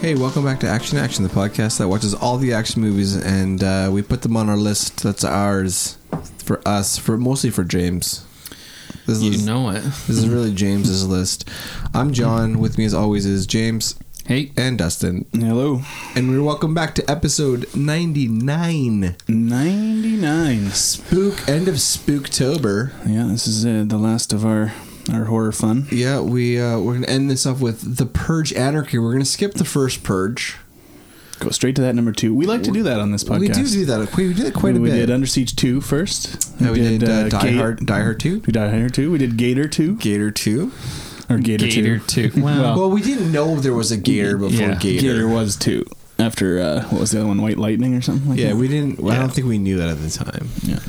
Hey, welcome back to Action Action, the podcast that watches all the action movies, and uh, we put them on our list. That's ours for us, for mostly for James. This You is know it. this is really James's list. I'm John. With me, as always, is James Hey, and Dustin, Hello. and we're welcome back to episode 99. 99. Spook end of Spooktober. Yeah, this is uh, the last of our, our horror fun. Yeah, we uh, we're gonna end this up with the Purge Anarchy. We're gonna skip the first Purge. Go straight to that number two. We like to do that on this podcast. We do do that. We did it quite a We bit. did Under Siege 2 first. Yeah, we did, uh, Die Ga- Hard, Die Hard Two, We did Hard 2. We did Gator 2. Gator Two. Or Gator, Gator 2. Two. Wow. Well, we didn't know there was a Gator before Yeah. Gator. Gator was 2. After, uh, what was the other one? White Lightning or something like Yeah, that? we didn't. I Yeah. don't think we knew that at the time. Yeah.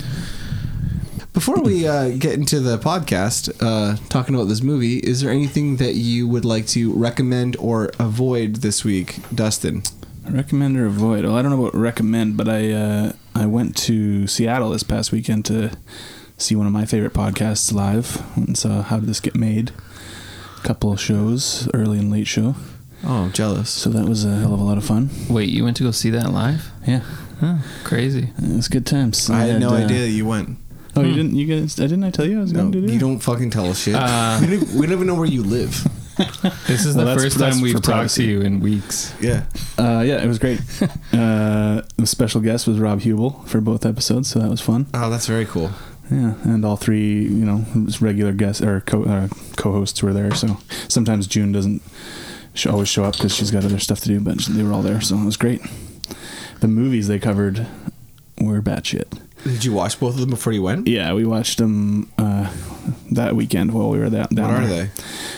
Before we uh, get into the podcast, uh, talking about this movie, is there anything that you would like to recommend or avoid this week, Dustin? Recommend or avoid? Well, I don't know about recommend, but I uh, I went to Seattle this past weekend to see one of my favorite podcasts live and saw How Did This Get Made? couple shows, early and late show. Oh, I'm jealous. So that was a hell of a lot of fun. Wait, you went to go see that live? Yeah, Oh, crazy. it was good times. I had no uh, idea that you went. Oh, you Hmm. didn't? You guys? uh, Didn't I tell you I was No, going to do that? you don't fucking tell us shit. Uh, we, don't, we don't even know where you live. This is the Well, that's- first that's time we've for talked privacy. to you in weeks. Yeah. Uh, yeah, it was great. uh, the special guest was Rob Hubel for both episodes, so that was fun. Oh, that's very cool. Yeah, and all three, you know, just regular guests or co- uh, co-hosts were there. So sometimes June doesn't sh- always show up because she's got other stuff to do, but they were all there, so it was great. The movies they covered were batshit. Did you watch both of them before you went? Yeah, we watched them uh, that weekend while we were that. What down are there. they?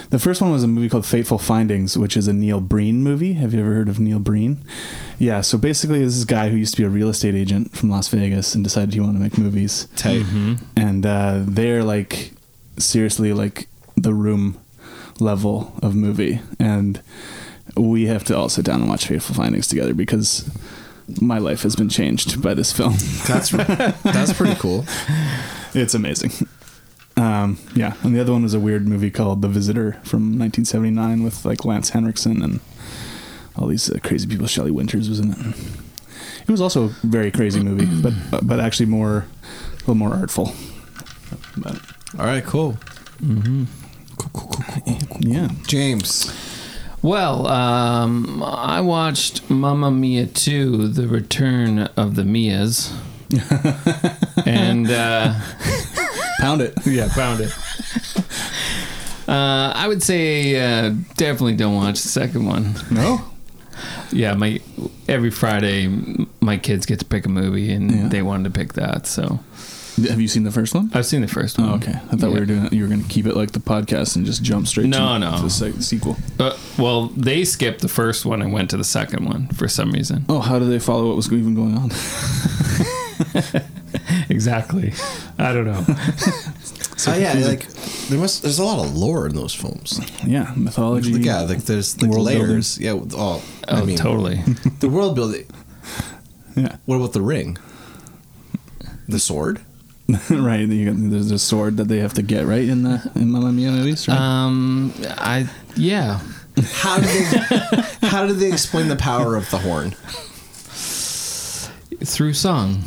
The first one was a movie called Fateful Findings, which is a Neil Breen movie. Have you ever heard of Neil Breen? Yeah, so basically, this is a guy who used to be a real estate agent from Las Vegas and decided he wanted to make movies Tight. Mm-hmm. and uh, they're like seriously like the room level of movie and we have to all sit down and watch Fateful Findings together because my life has been changed by this film. That's that's pretty cool. it's amazing. Um, yeah, and the other one was a weird movie called The Visitor from 1979 with like Lance Henriksen and all these uh, crazy people. Shelley Winters was in it. It was also a very crazy movie, but but actually more a little more artful. But All right, cool. yeah, James, Well, um, I watched Mamma Mia 2, The Return of the Mias. and uh, Pound it. yeah, found it. Uh, I would say uh, definitely don't watch the second one. No. Yeah, my every Friday m- my kids get to pick a movie, and Yeah. they wanted to pick that. So Have you seen the first one? I've seen the first one. Oh, okay. I thought we were doing. You were going to keep it like the podcast and just jump straight. No, to, no. To the se- sequel. Uh, well, they skipped the first one and went to the second one for some reason. Oh, how do they follow what was even going on? Exactly. I don't know. oh yeah, like there must there's a lot of lore in those films. yeah, mythology. Yeah, like there's like World layers. Yeah, oh, Oh, I mean, totally. the world building. Yeah. What about the ring? The sword? right. You got, there's a sword that they have to get right in the in Mamma Mia movies. Right? Um, I yeah. How did they How did they explain the power of the horn? Through song,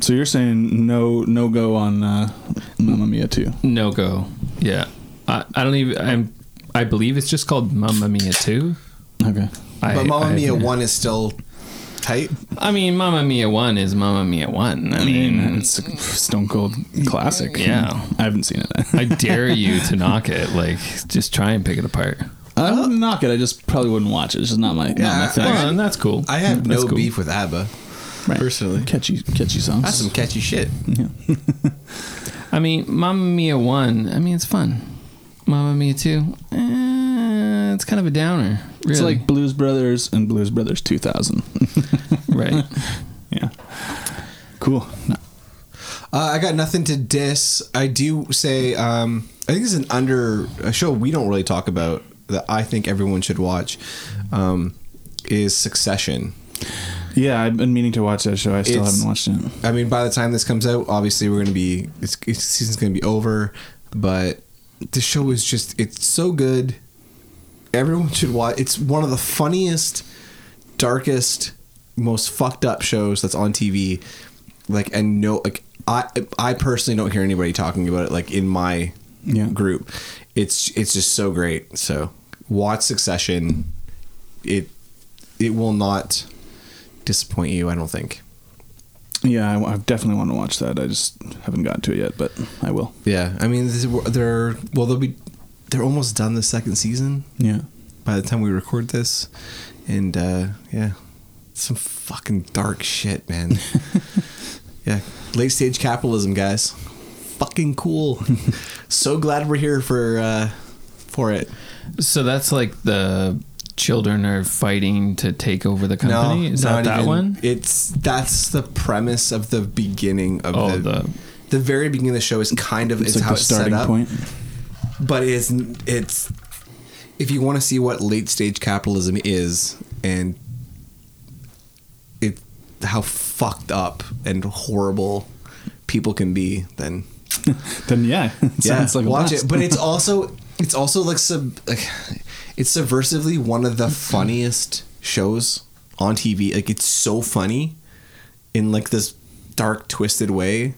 so you're saying no, no go on uh, Mamma Mia two. no go. Yeah, I, I don't even. I'm. I believe it's just called Mamma Mia Two. Okay. I, but Mamma I- Mia one is still tight. I mean, Mamma Mia One is Mamma Mia One. I mean, it's a stone cold classic. Mm. Yeah. I haven't seen it. I dare you to knock it. Like, just try and pick it apart. I wouldn't knock it. I just probably wouldn't watch it. It's just not my not Yeah, my I- thing. Well, and that's cool. I have That's no cool. beef with ABBA. Right. personally. catchy catchy songs. That's some catchy shit. I mean, Mamma Mia one. I mean, it's fun. Mamma Mia two. Eh, it's kind of a downer. Really. It's like Blues Brothers and Blues Brothers 2000. right. yeah. Cool. Uh, I got nothing to diss. I do say um, I think this is an under a show we don't really talk about that I think everyone should watch um, is Succession. Yeah, I've been meaning to watch that show. I still It's- haven't watched it. I mean, by the time this comes out, obviously we're gonna be it's, it's season's gonna be over, but the show is just it's so good. Everyone should watch. It's one of the funniest darkest, most fucked up shows that's on TV. Like and no, like I I personally don't hear anybody talking about it. Like in my Yeah. group, it's it's just so great. So watch Succession. It it will not disappoint you. I don't think. Yeah, I, I definitely want to watch that. I just haven't gotten to it yet, but I will. Yeah, I mean this is- they're well they'll be they're almost done the second season Yeah. by the time we record this, and uh, yeah, some fucking dark shit, man. yeah, late stage capitalism, guys. Fucking cool. so glad we're here for uh, for it. So that's like the children are fighting to take over the company. Is that not that even. one? It's that's the premise of the beginning of Oh, the, the- the very beginning of the show is kind of It's is like how the it's set starting up. point. but it's it's if you want to see what late stage capitalism is and it how fucked up and horrible people can be then Then yeah, it sounds like a watch blast. it but it's also it's also like sub like it's subversively one of the funniest shows on TV like it's so funny in like this dark twisted way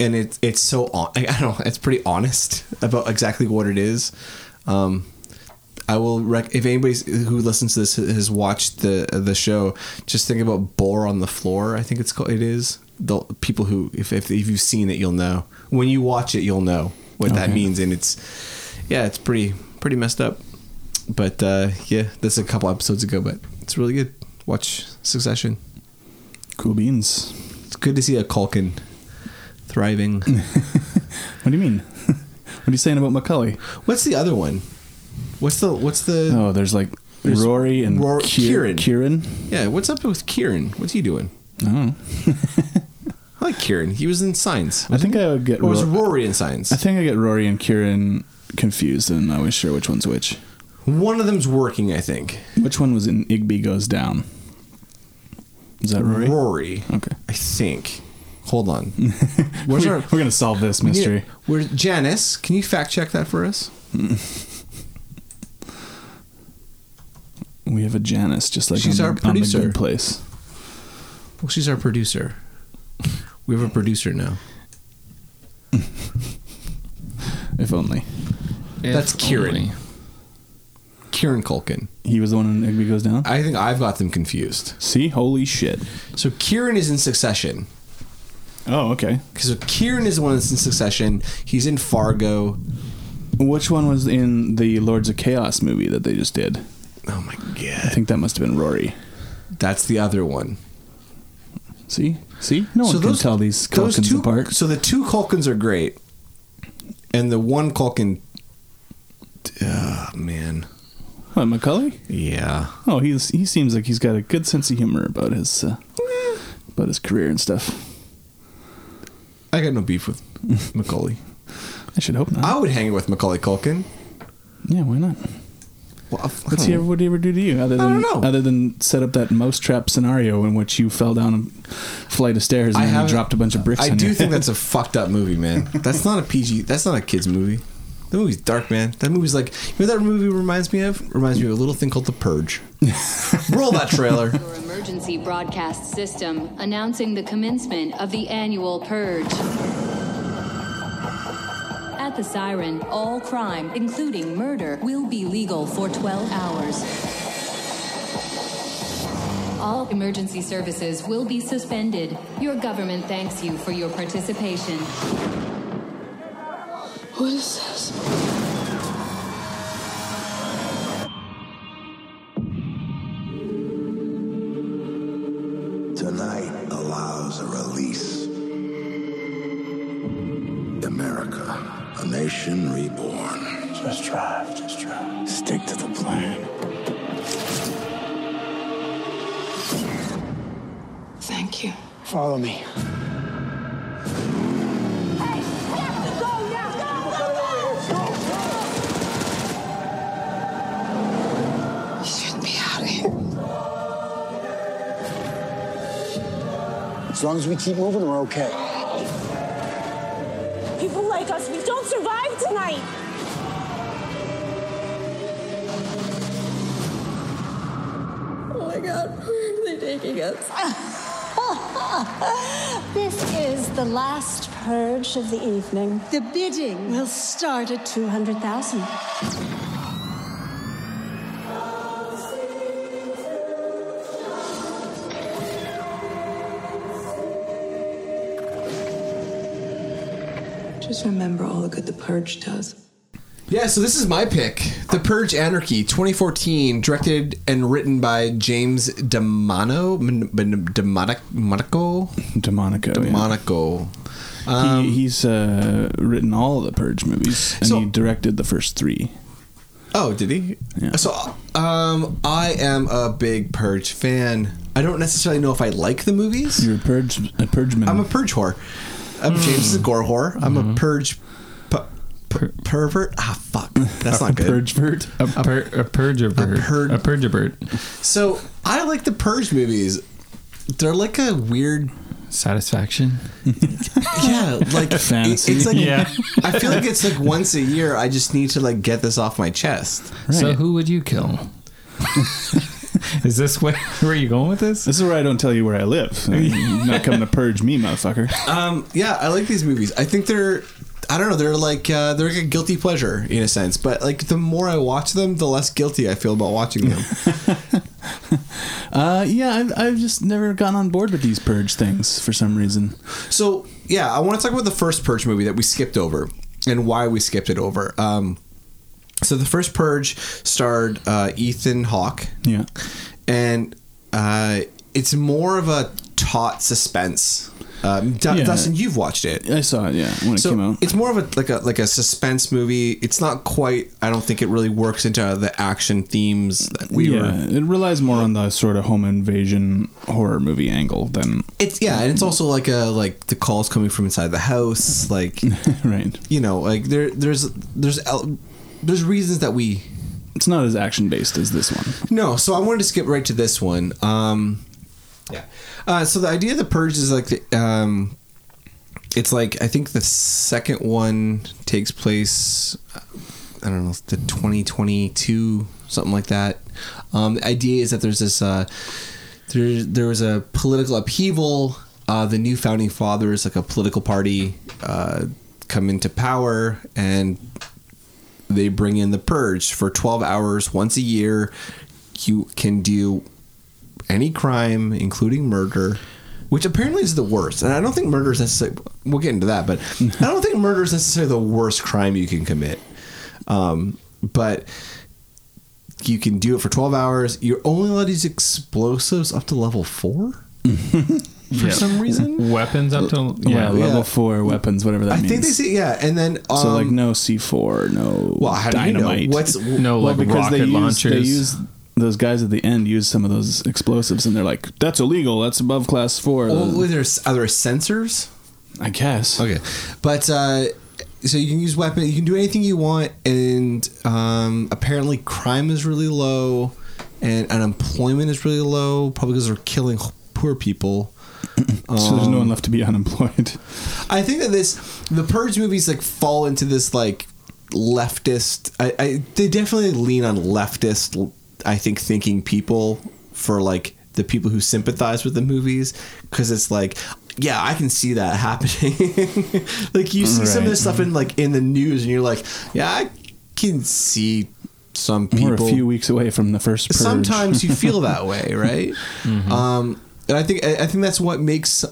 and it's it's so on, I don't know it's pretty honest about exactly what it is um I will rec- if anybody who listens to this has watched the the show just think about bore on the floor I think it's called it is the people who if if, if you've seen it you'll know when you watch it you'll know what that Okay. means and it's yeah it's pretty pretty messed up but uh yeah this is a couple episodes ago but it's really good watch Succession cool beans. it's good to see a Culkin thriving. What do you mean? what are you saying about Macaulay? what's the other one? What's the what's the Oh, there's like Uh, There's Rory and Rory- Kieran. Kier- Kieran. yeah? What's up with Kieran? What's he doing? Oh, I like Kieran. He was in Signs. I think I would get. Or was Ro- Rory in Signs? I think I get Rory and Kieran confused, and I'm not always sure which one's which. One of them's working. I think Which one was in Igby Goes Down? Is that Rory? Rory. Okay. I think. Hold on. Where's We're, our we're gonna solve this we need- mystery. Where's Janice? Can you fact check that for us? We have a Janice, just like She's on, our the, on the producer. good place. Well, she's our producer. We have a producer now. If only If That's Kieran. only. Kieran Culkin. he was the one in Igby Goes Down. I think I've got them confused. See, holy shit. So Kieran is in Succession. Oh, okay. Because Kieran is the one that's in Succession. He's in Fargo. Which one was in the Lords of Chaos movie that they just did? Oh my I god, think that must have been Rory. that's the other one. See, see, no one can tell these Culkins two, apart. So the two Culkins are great, and the one Culkin. Oh man, What Macaulay? yeah. Oh, he's he seems like he's got a good sense of humor about his uh, about his career and stuff. I got no beef with Macaulay. I should hope not. I would hang with Macaulay Culkin. yeah, why not? Well, I fucking- What's he ever what did he ever do to you other I don't than know. other than set up that mousetrap scenario in which you fell down a flight of stairs and then he haven't- dropped a bunch of bricks? I on do your think head? that's a fucked up movie, man. That's not a PG. That's not a kids movie. That movie's dark, man. That movie's like you know what that movie reminds me of reminds me of a little thing called The Purge. Roll that trailer. Your emergency broadcast system announcing the commencement of the annual purge. At the siren, all crime, including murder, will be legal for 12 hours. All emergency services will be suspended. Your government thanks you for your participation. What is this? Tonight allows a release. America, a nation reborn. Just drive, just drive. Stick to the plan. Thank you. Follow me. You should be out of here. As long as we keep moving, we're okay. People like us, we don't survive tonight. Where Oh my god, where are they taking us? This is the last purge of the evening. The bidding will start at 200,000. Just remember all the good the purge does. Yeah, so this is my pick. The Purge Anarchy 2014, directed and written by James DeMono, Mon- Mon- Demonic- Demonico? Demonico. Demonico. Um, he, he's uh, written all of the Purge movies, and So- he directed the first three. Oh, did he? So, um, I am a big Purge fan. I don't necessarily know if I like the movies. You're a Purge, a Purgeman. I'm a Purge whore. I'm James the Gore whore. I'm a Purge pu- pu- pervert. Ah, fuck. That's not good. Purgevert. Oh. A, pur- a purgerbird. A, purge- purgerbird. So I like the Purge movies. They're like a weird, Satisfaction. yeah, like it- Fantasy. it's like Yeah. I feel like it's like once a year. I just need to like get this off my chest. So Right. who would you kill? Is this where, where are you going with this? This is where I don't tell you where I live. You're not coming to purge me, motherfucker. Um, yeah, I like these movies. I think they're, I don't know, they're like uh, they're like a guilty pleasure in a sense. But like the more I watch them, the less guilty I feel about watching them. Uh, yeah, I've, I've just never gotten on board with these purge things for some reason. So yeah, I want to talk about the first Purge movie that we skipped over and why we skipped it over. Um, so the first Purge starred uh, Ethan Hawke, Yeah. and uh, it's more of a taut suspense. Um, Du- Yeah. Dustin, you've watched it. I saw it, yeah, when it came So out. it's more of a like a like a suspense movie. It's not quite. I don't think it really works into the action themes that we were yeah, it relies more on the sort of home invasion horror movie angle than It's yeah, and it's also like a like the calls coming from inside the house, like right. you know, like there there's there's el- there's reasons that we It's not as action based as this one. no. So I wanted to skip right to this one. Um, yeah. Uh, so the idea of the purge is like the, um, it's like I think the second one takes place. uh, I don't know the 2022 something like that. Um, the idea is that there's this uh, there there was a political upheaval. Uh, the new founding fathers, like a political party, uh, come into power and they bring in the purge for 12 hours once a year. You can do any crime, including murder, which apparently is the worst. And I don't think murder is necessarily, we'll get into that, but I don't think murder is necessarily the worst crime you can commit. Um, but you can do it for 12 hours. You're only allowed to use explosives up to level four for some reason. Weapons up to Yeah, yeah. level yeah. four weapons, whatever that I means. think they say, yeah. And then, um, so like no C four, no well, how do you know? dynamite. What's, No well, like because rocket they use, launchers. They use those guys at the end use some of those explosives, and they're like, "That's illegal. That's above class four. well, there's, are there sensors? I guess. Okay, but uh, so you can use weapon. You can do anything you want, and um, apparently crime is really low, and unemployment is really low, probably because they're killing poor people. so there's Um, no one left to be unemployed. I think that this the Purge movies like fall into this like leftist. I, I they definitely lean on leftist. I think thinking people for like the people who sympathize with the movies because it's like. Yeah, I can see that happening. like you see some of Right. this stuff in like in the news, and you're like, yeah, I can see some people We're a few weeks away from the first. Purge. Mm-hmm. sometimes you feel that way, right? Um, and I think I I think that's what makes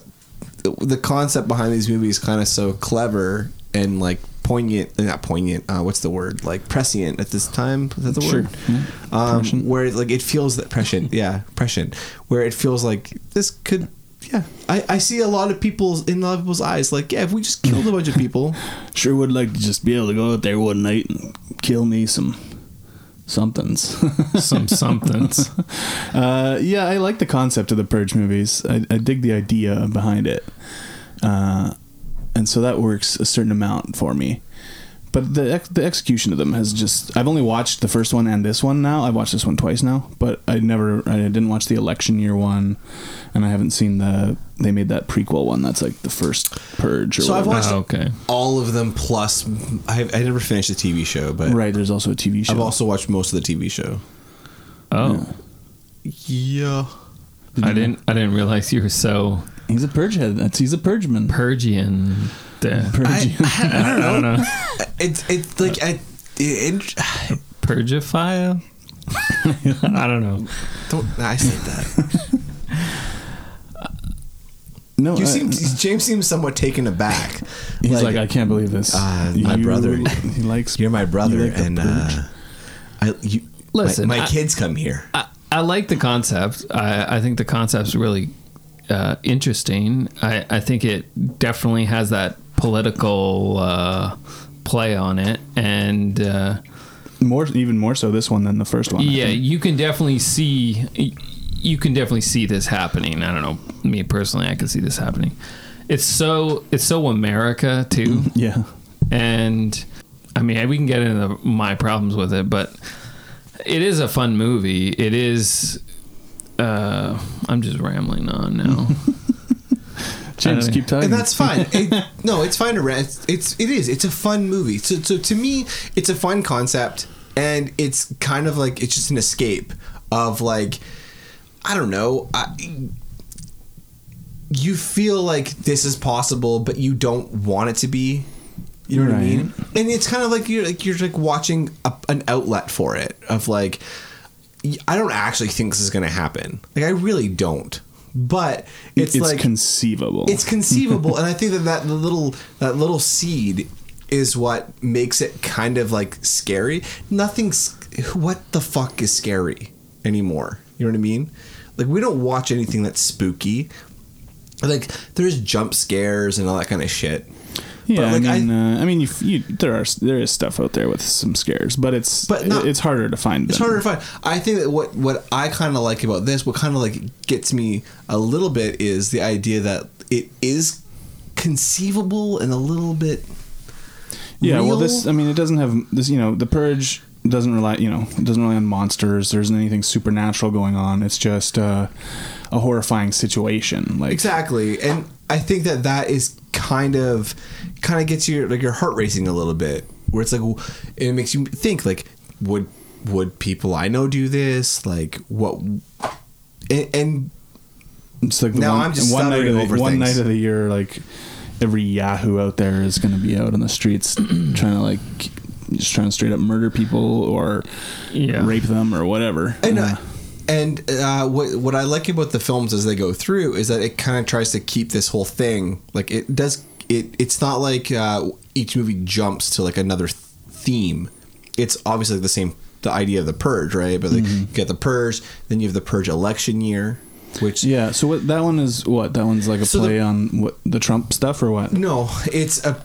the concept behind these movies kind of so clever and like poignant. Not poignant. Uh, what's the word? Like prescient at this time. Is that the Sure. word? Yeah. Um, Prescient. where like it feels that prescient. Yeah, prescient. Where it feels like this could. Yeah, I, I see a lot of people's in a lot of people's eyes. Like, yeah, if we just killed a bunch of people, Sure would like to just be able to go out there one night and kill me some somethings. some somethings. uh, yeah, I like the concept of the Purge movies. I, I dig the idea behind it. Uh, and so that works a certain amount for me. But the ex- the execution of them has just I've only watched the first one and this one now. I've watched this one twice now, but I never I didn't watch the election year one and I haven't seen the they made that prequel one that's like the first purge or So I've whatever. watched- Oh, okay. all of them plus I, I never finished the TV show, but Right, there's also a TV show. I've also watched most of the TV show. Oh. Yeah. I didn't. I didn't realize you were so. He's a purge head. That's he's a purgeman. Purgian. Damn. Purge. I, don't know. It's it's like I, it, it, Purgifia. I don't know. don't I said that. no, You I- seem James seems somewhat taken aback. he's like, I can't believe this. Uh, my brother- He likes. you're my brother, like the and uh, I you my- Listen, My, I- kids come here. I, I like the concept. I, I think the concept's really uh, interesting. I, I think it definitely has that political uh, play on it, and uh, more even more so this one than the first one. I yeah, think. you can definitely see you can definitely see this happening. I don't know me personally, I can see this happening. It's so it's so America too, yeah. and I mean we can get into my problems with it, but it is a fun movie. It is. Uh, I'm just rambling on now. James, I- keep talking. And that's fine. It, no, it's fine to rant. It's, it's it is. It's a fun movie. So so to me, it's a fun concept, and it's kind of like it's just an escape of like I don't know. I, you feel like this is possible, but you don't want it to be. You know what I mean? And it's kind of like you're like you're like watching a, an outlet for it of like I don't actually think this is going to happen. Like I really don't. But it's, it's, like conceivable. it's conceivable, and I think that that little that little seed is what makes it kind of like scary. Nothing's what the fuck is scary anymore. You know what I mean? Like we don't watch anything that's spooky. Like there's jump scares and all that kind of shit. yeah. but, like, I I- mean, uh, I mean, you, you, there are there is stuff out there with some scares, but it's But not- it's harder to find. It's than- harder to find. I think that what what I kind of like about this, what kind of like gets me a little bit, is the idea that it is conceivable and a little bit. Yeah, well, real. this I mean, it doesn't have this. You know, the purge doesn't rely. You know, it doesn't rely on monsters. There isn't anything supernatural going on. It's just uh, a horrifying situation. Like Exactly, and I think that that is kind of kind of gets your like your heart racing a little bit, where it's like w- it makes you think like would would people I know do this? Like what? And, and it's like the Now one, I'm just one night stuttering of the, over one things. night of the year. Like every Yahoo out there is going to be out on the streets trying to like just trying to straight up murder people or Yeah. rape them or whatever. and Uh, uh, and uh, what what I like about the films as they go through is that it kind of tries to keep this whole thing like it does. It it's not like uh, each movie jumps to like another th- theme. It's obviously the same the idea of the purge, right? But like you get the purge, then you have the purge election year, which yeah, so what that one is? What that one's like a So the- play on what the Trump stuff or what? No, it's a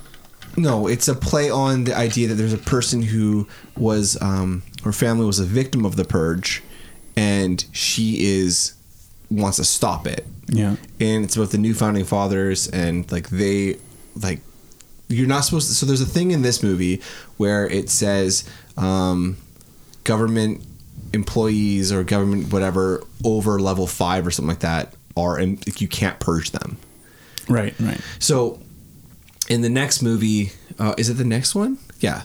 no, it's a play on the idea that there's a person who was um her family was a victim of the purge and she is wants to stop it. Yeah. And it's about the new founding fathers and like they like you're not supposed to so there's a thing in this movie where it says um government employees or government whatever over level 5 or something like that are and like, you can't purge them. Right, right. So, in the next movie, uh, is it the next one? Yeah,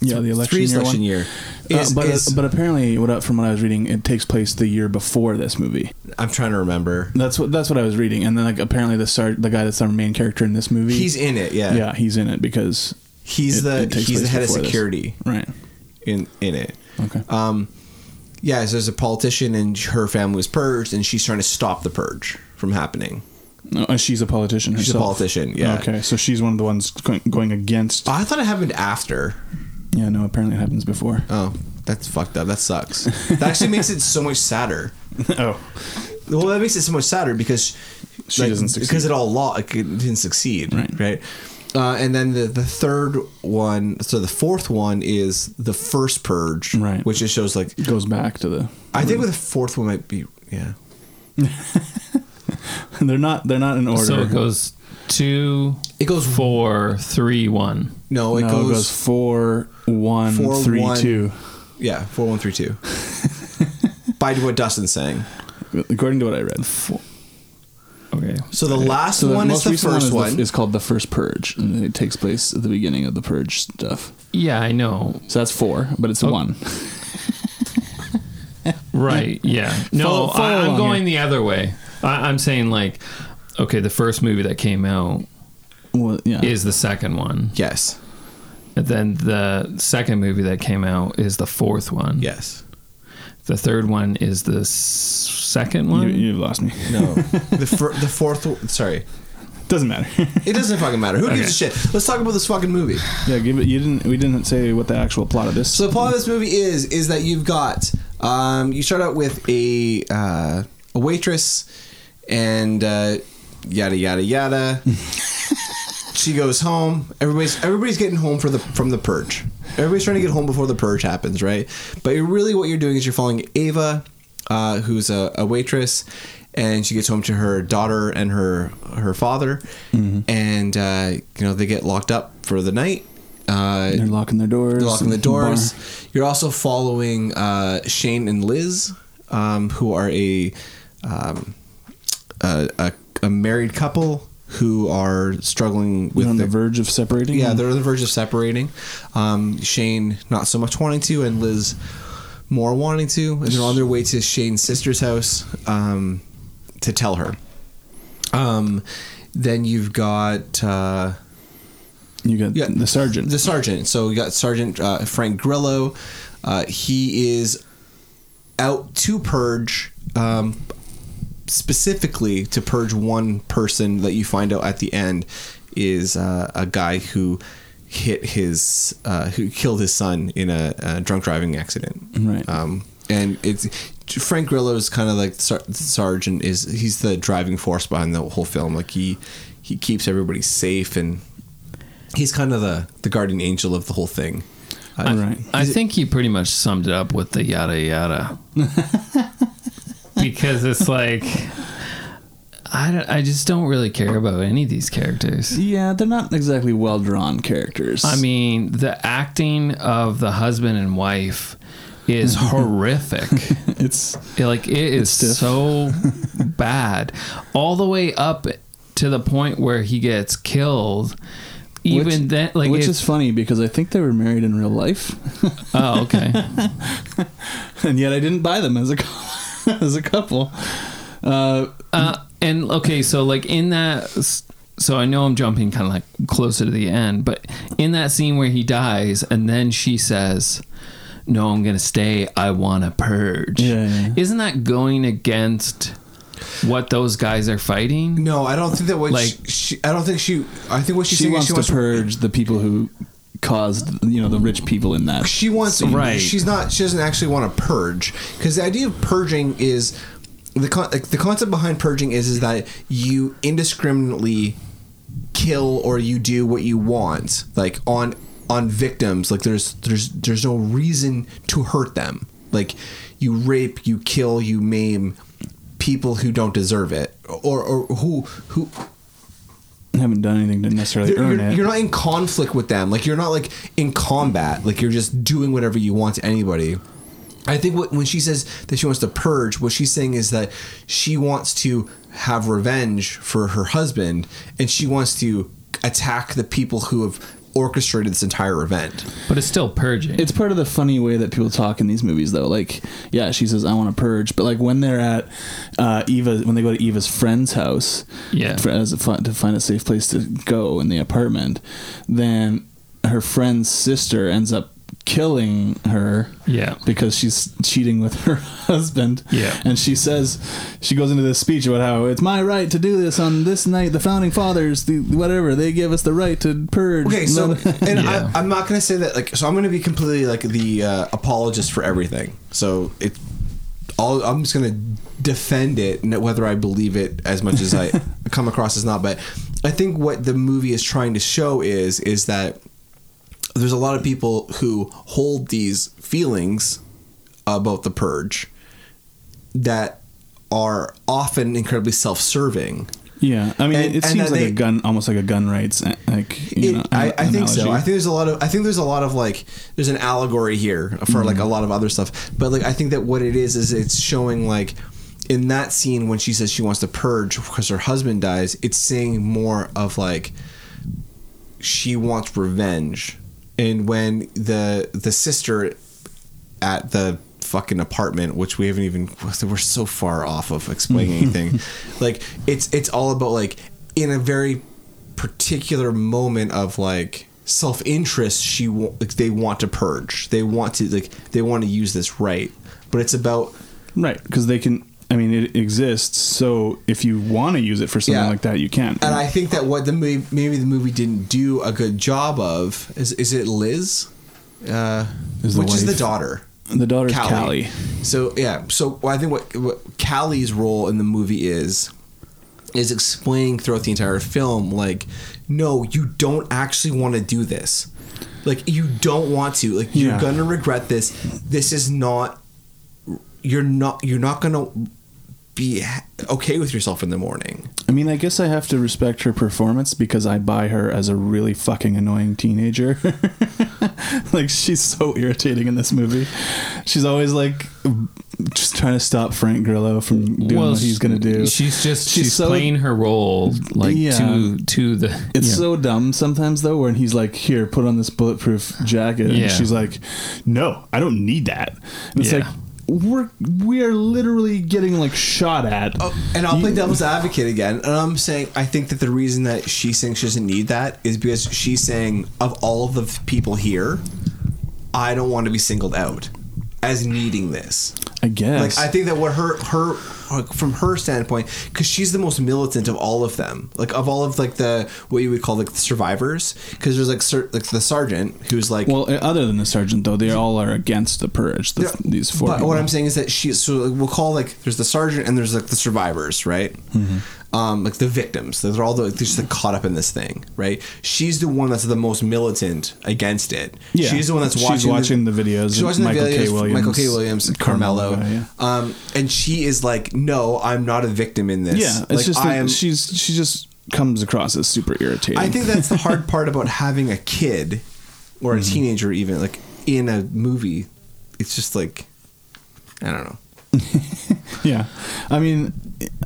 Yeah, the election Three's year election one. year. Uh, Is- but is- but apparently, what I- from what I was reading, it takes place the year before this movie. I'm trying to remember. That's what that's what I was reading, and then like apparently the star, the guy that's our main character in this movie, He's in it. Yeah, yeah, he's in it because He's it- the it takes he's the place head of before this. security right. in in it. Um, Okay. Yeah, so there's a politician and her family was purged, and she's trying to stop the purge from happening. No, uh, she's a politician. She's a herself. politician, yeah. Okay, so she's one of the ones going, going against. Oh, I thought it happened after. Yeah, no, apparently it happens before. Oh, that's fucked up. That sucks. That actually makes it so much sadder. oh, Well, that makes it so much sadder because She doesn't succeed. because it all law it didn't succeed, Right. right? Uh, and then the the third one, so the fourth one is the first purge, Right. Which just shows like goes back to the. I think the fourth one might be yeah. they're not. They're not in order. So it goes two, It goes four, three, one. no, Oh, it no, goes, it goes four, one, three, two. Four, one. yeah four one three two. By what Dustin's saying. According to what I read, Okay. So the last So the one is most the recent one first is, the- one. is called the first purge, and it takes place at the beginning of the purge stuff. Yeah, I know. So that's four, but it's one. right. Yeah. No, Follow- follow I, am along going the other way. I, I'm saying like, okay, the first movie that came out Well, yeah. is the second one. Yes. And then the second movie that came out is the fourth one. Yes. The third one is the s- second you, one. you've lost me. No. the fir- the fourth. one- Sorry. Doesn't matter. It doesn't fucking matter. Who gives a shit? Let's talk about this fucking movie. yeah, give it. You didn't. We didn't say what the actual plot of this. So the plot of this movie is is that you've got um, you start out with a uh, a waitress and uh, yada yada yada. she goes home. Everybody's everybody's getting home for the from the purge. Everybody's trying to get home before the purge happens, right? But you're, really, what you're doing is you're following Ava, uh, who's a, a waitress, and she gets home to her daughter and her her father, and uh, you know they get locked up for the night. Uh, they're locking their doors. they're locking the and bar. doors. You're also following uh, Shane and Liz, um, who are a, um, a, a a married couple who are struggling They're with on the their, verge of separating. yeah they're on the verge of separating. Um, Shane not so much wanting to, and Liz more wanting to, and they're on their way to Shane's sister's house um, to tell her. Um, then you've got. Uh, you got yeah, the sergeant. The sergeant. So we got Sergeant uh, Frank Grillo. Uh, he is out to purge, um, specifically to purge one person that you find out at the end is uh, a guy who hit his uh, who killed his son in a, a drunk driving accident. Right. Um, and it's Frank Grillo is kind of like Sar- Sergeant is he's the driving force behind the whole film. Like he he keeps everybody safe and he's kind of the the guardian angel of the whole thing. I, Right. I think he pretty much summed it up with the yada yada. because it's like, I, don't- I just don't really care about any of these characters. Yeah, they're not exactly well drawn characters. I mean, the acting of the husband and wife is horrific. it's It, like it is stiff. so bad, all the way up to the point where he gets killed. Even which, then, like which it- is funny because I think they were married in real life, oh okay, and yet I didn't buy them as a cou- as a couple. Uh, uh, and okay. So like in that, so I know I'm jumping kind of like closer to the end, but in that scene where he dies, and then she says. No, I'm gonna stay. I want to purge. Yeah, yeah, yeah. Isn't that going against what those guys are fighting? No, I don't think that what Like- like she, I don't think she I think what she's she saying wants is she to wants to purge the people who caused you know the rich people in that. she wants Right. she's not she doesn't actually want to purge because the idea of purging is the con- like, the concept behind purging is is that you indiscriminately kill or you do what you want like on on victims like there's there's there's no reason to hurt them like you rape you kill you maim people who don't deserve it or or who who haven't done anything to necessarily you're, earn you're- it. you're not in conflict with them. Like you're not like in combat. Like you're just doing whatever you want to anybody. I think what, when she says that she wants to purge, what she's saying is that she wants to have revenge for her husband, and she wants to attack the people who have orchestrated this entire event. But it's still purging. it's part of the funny way that people talk in these movies though like yeah she says i want to purge but like when they're at uh, eva when they go to eva's friend's house Yeah. for, as a, fi- to find a safe place to go in the apartment then her friend's sister ends up killing her Yeah. because she's cheating with her husband Yeah. and she says she goes into this speech about how it's my right to do this on this night the founding fathers the, whatever they give us the right to purge Okay, so and Yeah. I, I'm not gonna say that like so. I'm gonna be completely like the uh, apologist for everything. So it, all I'm just gonna defend it, n- whether I believe it as much as I come across as not. But I think what the movie is trying to show is is that there's a lot of people who hold these feelings about the purge that are often incredibly self-serving. Yeah, I mean, And- and it seems that like a they- gun, almost like a gun rights, eh, like you It- know. I, I think so. analogy. I think there's a lot of I think there's a lot of like there's an allegory here for like Mm-hmm. a lot of other stuff. But like I think that what it is is it's showing like in that scene when she says she wants to purge because her husband dies, it's saying more of like she wants revenge. And when the the sister at the fucking apartment, which we haven't even we're so far off of explaining anything. Like it's it's all about like in a very particular moment of like self interest. She wa- like they want to purge. They want to like they want to use this right, but it's about right because they can. I mean, it exists. So if you want to use it for something Yeah. like that, you can. And I think that what the movie, maybe the movie didn't do a good job of is is it Liz, uh, Is the which is the wife. daughter. The daughter's Callie. Callie. So yeah, so I think what, what Callie's role in the movie is is explaining throughout the entire film, like, no, you don't actually want to do this. Like you don't want to. Like you're Yeah. gonna regret this. This is not. You're not. You're not gonna be ha- okay with yourself in the morning. I mean, I guess I have to respect her performance because I buy her as a really fucking annoying teenager. like she's so irritating in this movie. She's always like just trying to stop Frank Grillo from doing well, what he's going to do. She's just she's, She's so- playing her role like Yeah. to to the. It's yeah. so dumb sometimes though, when he's like, "Here, put on this bulletproof jacket," Yeah. and she's like, "No, I don't need that." And it's Yeah. like we're we are literally getting like shot at. Oh, And I'll play You- devil's advocate again. And I'm saying I think that the reason that she's saying she doesn't need that is because she's saying of all of the people here, I don't want to be singled out as needing this. I guess. Like I think that what her her like, from her standpoint, because she's the most militant of all of them. Like of all of like the what you would call like the survivors, because there's like ser- like the sergeant who's like well, uh, other than the sergeant though, they all are against the purge. The, yeah, These four. But what people. I'm saying is that she. So like, we'll call like there's the sergeant and there's like the survivors, right? Mm-hmm. Um, like the victims. They're all the, they're just like, caught up in this thing, right? She's the one that's the most militant against it. Yeah. she's the one that's She's watching. watching the videos She's of watching Michael the K. videos. from Williams, Michael K. Williams, Carmelo, Carmelo, yeah. um, and she is like, no, I'm not a victim in this. Yeah, it's like, just I that am. she's she just comes across as super irritating. I think that's the hard part about having a kid or a Mm-hmm. teenager, even like in a movie. It's just like, I don't know. yeah, I mean,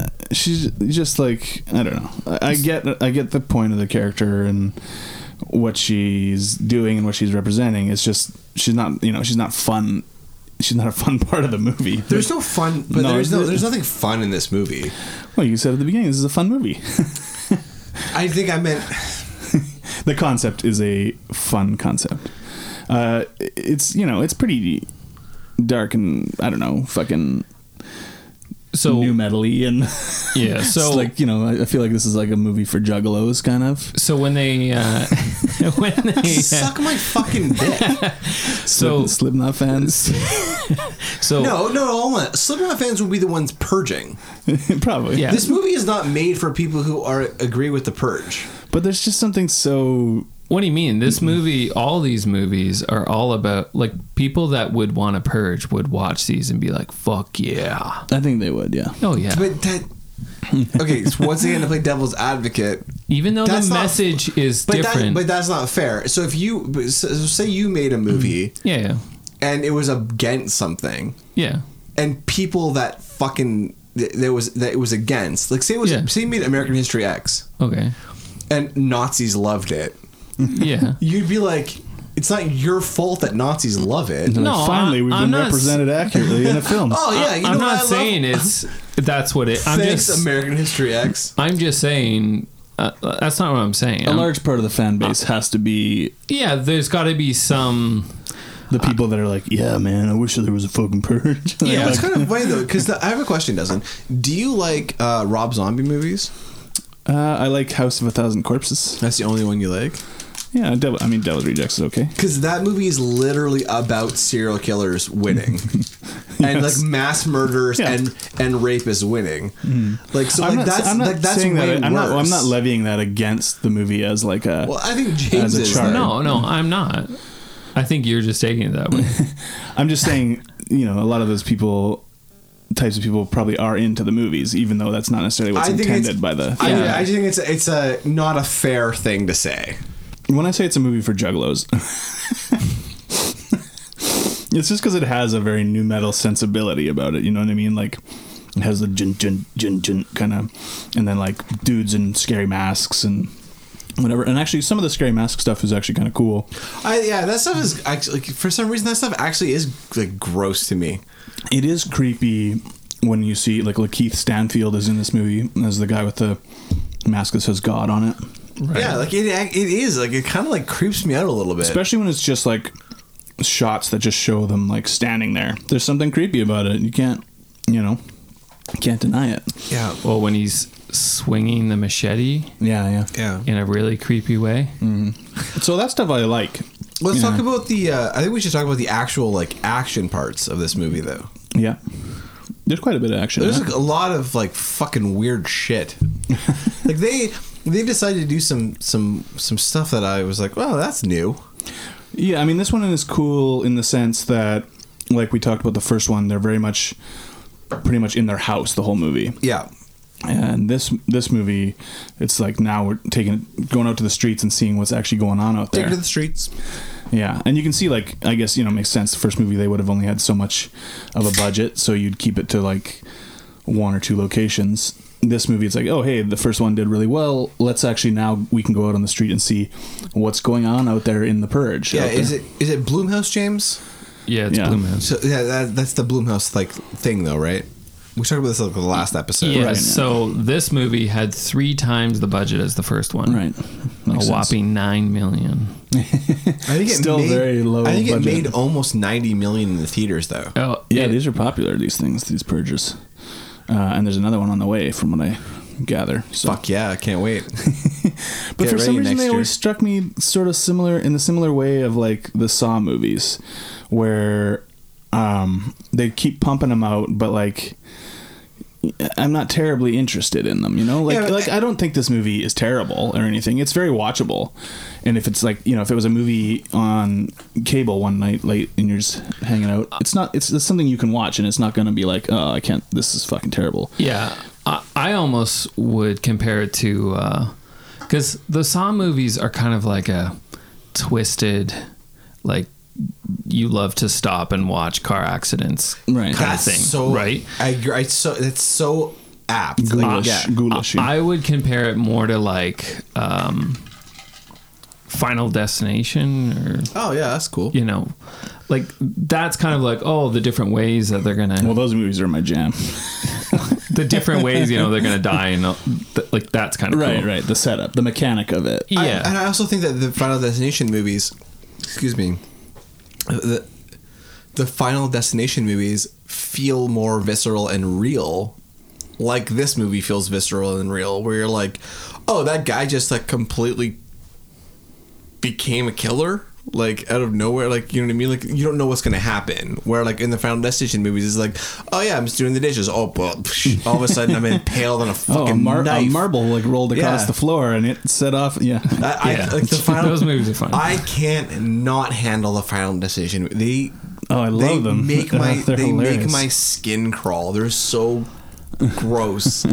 uh, she's just like I don't know. I, I get I get the point of the character and what she's doing and what she's representing. It's just she's not you know she's not fun. She's not a fun part of the movie. There's no fun, but No, there's no the- there's nothing fun in this movie. Well, you said at the beginning, this is a fun movie. I think I meant the concept is a fun concept. Uh, it's you know it's pretty dark and I don't know fucking so new metally and yeah. so So like you know I I feel like this is like a movie for juggalos kind of. so when they uh, when they suck my fucking dick. so Slipknot fans, so No, no, hold on. Slipknot fans will be the ones purging. probably. Yeah. This movie is not made for people who are agree with the purge. But there's just something so What do you mean? This Mm-hmm. movie, all these movies are all about like people that would want to purge would watch these and be like, "Fuck yeah, I think they would, yeah. oh yeah." But that okay. So once again, to play devil's advocate, Even though that's the not- message is but that, different, but that's not fair. So if you but so, so say you made a movie yeah, yeah, and it was against something, yeah, and people that fucking th- there was that it was against, like say it was Yeah. say you made American History X okay, and Nazis loved it. yeah. you'd be like, it's not your fault that Nazis love it. No, Like, finally, I- we've I'm been not s- represented accurately in a film. Oh yeah, you know I'm what I not love? saying it's that's what it. I'm Thanks, just American History X. I'm just saying uh, that's not what I'm saying. a I'm- large part of the fan base has to be yeah, there's got to be some. the people that are like, yeah, man, I wish there was a fucking purge. Like, Yeah, like, it's kind of funny though, because I have a question. Doesn't do you like uh, Rob Zombie movies? uh, I like House of a Thousand Corpses. That's the only one you like. Yeah, Devil, I mean, Devil's Rejects is okay. Because that movie is literally about serial killers winning, and Yes. like mass murderers Yeah. and and rapists winning. Like so, like that's like that's way that. I'm not, I'm worse. not levying that against the movie as like a. Well, I think James As a is. chart. though. No, no, I'm not. I think you're just taking it that way. I'm just saying, you know, a lot of those people, types of people, probably are into the movies, even though that's not necessarily what's intended by the. I, Yeah. I think it's a, it's a not a fair thing to say. when I say it's a movie for juggalos, it's just because it has a very new metal sensibility about it. You know what I mean? Like it has the jin jin jin jin kind of, and then like dudes in scary masks and whatever. And actually, some of the scary mask stuff is actually kind of cool. I, yeah, that stuff is actually like, for some reason that stuff actually is like gross to me. It is creepy when you see like Lakeith Stanfield is in this movie as the guy with the mask that says God on it. Yeah, like it it is like it kind of like creeps me out a little bit. especially when it's just like shots that just show them like standing there. There's something creepy about it. You can't, you know, you can't deny it. yeah, Well, when he's swinging the machete Yeah, yeah, yeah. in a really creepy way. So that stuff I like. Let's Yeah. talk about the. Uh, I think we should talk about the actual like action parts of this movie though. Yeah, there's quite a bit of action. There's in like, it. a lot of like fucking weird shit. like they they decided to do some some some stuff that I was like, well, that's new. yeah, I mean, this one is cool in the sense that, like we talked about the first one, they're very much, pretty much in their house the whole movie. Yeah, And this this movie, it's like now we're taking going out to the streets and seeing what's actually going on out take there. it to the streets. Yeah, and you can see like I guess you know it makes sense. The first movie they would have only had so much of a budget, so you'd keep it to like one or two locations. This movie, it's like, oh hey, the first one did really well. Let's actually now we can go out on the street and see what's going on out there in the purge. Yeah, out there. is it is it Bloomhouse, James? Yeah, it's Yeah. Blue Moon. So yeah, that, that's the Bloomhouse like thing though, right? We talked about this like the last episode. Yeah, Right. so this movie had three times the budget as the first one. right? A Makes sense. whopping nine million. I think Still very low I think budget. it made almost ninety million in the theaters though. Oh Yeah, these are popular. These things, these purges, uh, and there's another one on the way, from what I gather. So. Fuck yeah, I can't wait. But Get for some ready reason, next they year. always struck me sort of similar in the similar way of like the Saw movies, where um, they keep pumping them out, but like I'm not terribly interested in them. You know, like Yeah, but- like I don't think this movie is terrible or anything. It's very watchable, and if it's like you know, if it was a movie on cable one night late and you're just hanging out, it's not. It's, it's something you can watch, and it's not going to be like, oh, I can't. This is fucking terrible. Yeah, I, I almost would compare it to because the Saw movies are kind of like a twisted, like you love to stop and watch car accidents, Right. Kind That's of thing, so right? I, agree. I so that's so apt. Like, Ghoulish, yeah. ghoulish. I would compare it more to like um, Final Destination or Oh yeah, that's cool. you know, like that's kind of like oh the different ways that they're gonna well, those movies are my jam. the different ways you know they're gonna die and uh, th- like that's kind of Right, cool. right. The setup, the mechanic of it. I- yeah and I also think that the Final Destination movies, excuse me, the the Final Destination movies feel more visceral and real. Like this movie feels visceral and real, where you're like, oh, that guy just like completely became a killer, like out of nowhere. Like you know what I mean? Like you don't know what's gonna happen. Where like in the Final Destination movies, it's like, oh yeah, I'm just doing the dishes. Oh, but psh, all of a sudden I'm impaled on a Oh, fucking a, mar- a knife. marble like rolled across Yeah. the floor and it set off. Yeah, I, Yeah. I, like the final, Those movies are fun. I can't not handle the final decision. They Oh, I they love them. Make my They're they make hilarious. my skin crawl. They're so gross,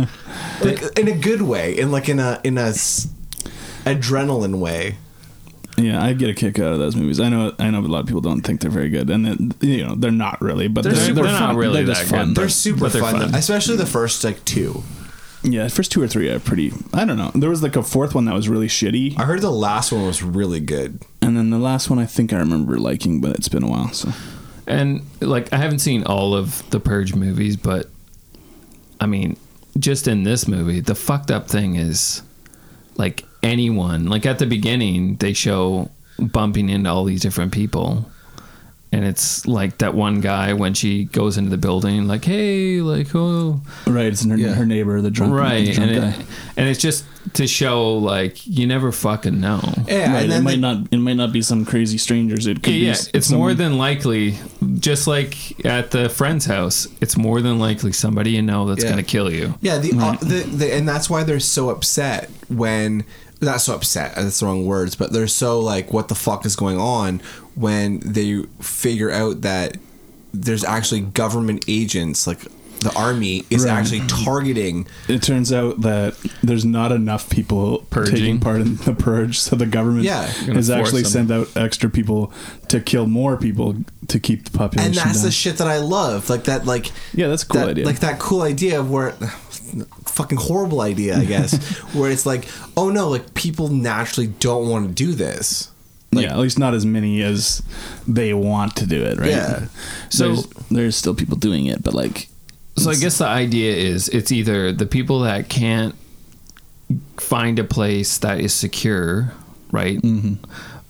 like, in a good way, in like in a in a s- adrenaline way. yeah. I get a kick out of those movies. I know, I know, a lot of people don't think they're very good, and it, you know they're not really. But They're they're, super- they're they're not fun. really They're just that fun. good. They're But- super but they're fun, fun. especially the first like two. yeah, first two or three are pretty. I don't know. There was like a fourth one that was really shitty, I heard the last one was really good. and then the last one I think I remember liking, but it's been a while. So And like I haven't seen all of the Purge movies, but I mean, just in this movie, the fucked up thing is like anyone, like at the beginning, they show bumping into all these different people. And it's like that one guy when she goes into the building, like, hey, like, oh, right, it's her, her neighbor, the drunk, the right. And, drunk it, guy. and it's just to show, like, you never fucking know. Yeah, Right, and it then might the- not. It might not be some crazy strangers. It could Yeah, be yeah, s- it's some- more than likely, just like at the friend's house, it's more than likely somebody you know that's Yeah. going to kill you. Yeah, the, uh, the, the and that's why they're so upset when not so upset. uh, That's the wrong words, but they're so like, what the fuck is going on when they figure out that there's actually government agents like the army is Right. actually targeting. It turns out that there's not enough people Purging. taking part in the purge, so the government Yeah. has Gonna force actually them. sent out extra people to kill more people to keep the population And that's down. the shit that I love, like that, like Yeah, that's a cool that- idea. like that cool idea of where fucking horrible idea, I guess, where it's like, oh no, like people naturally don't want to do this. yeah, at least not as many as they want to do it, right? Yeah. So- So there's, there's still people doing it, but like, So I guess the idea is it's either the people that can't find a place that is secure, right,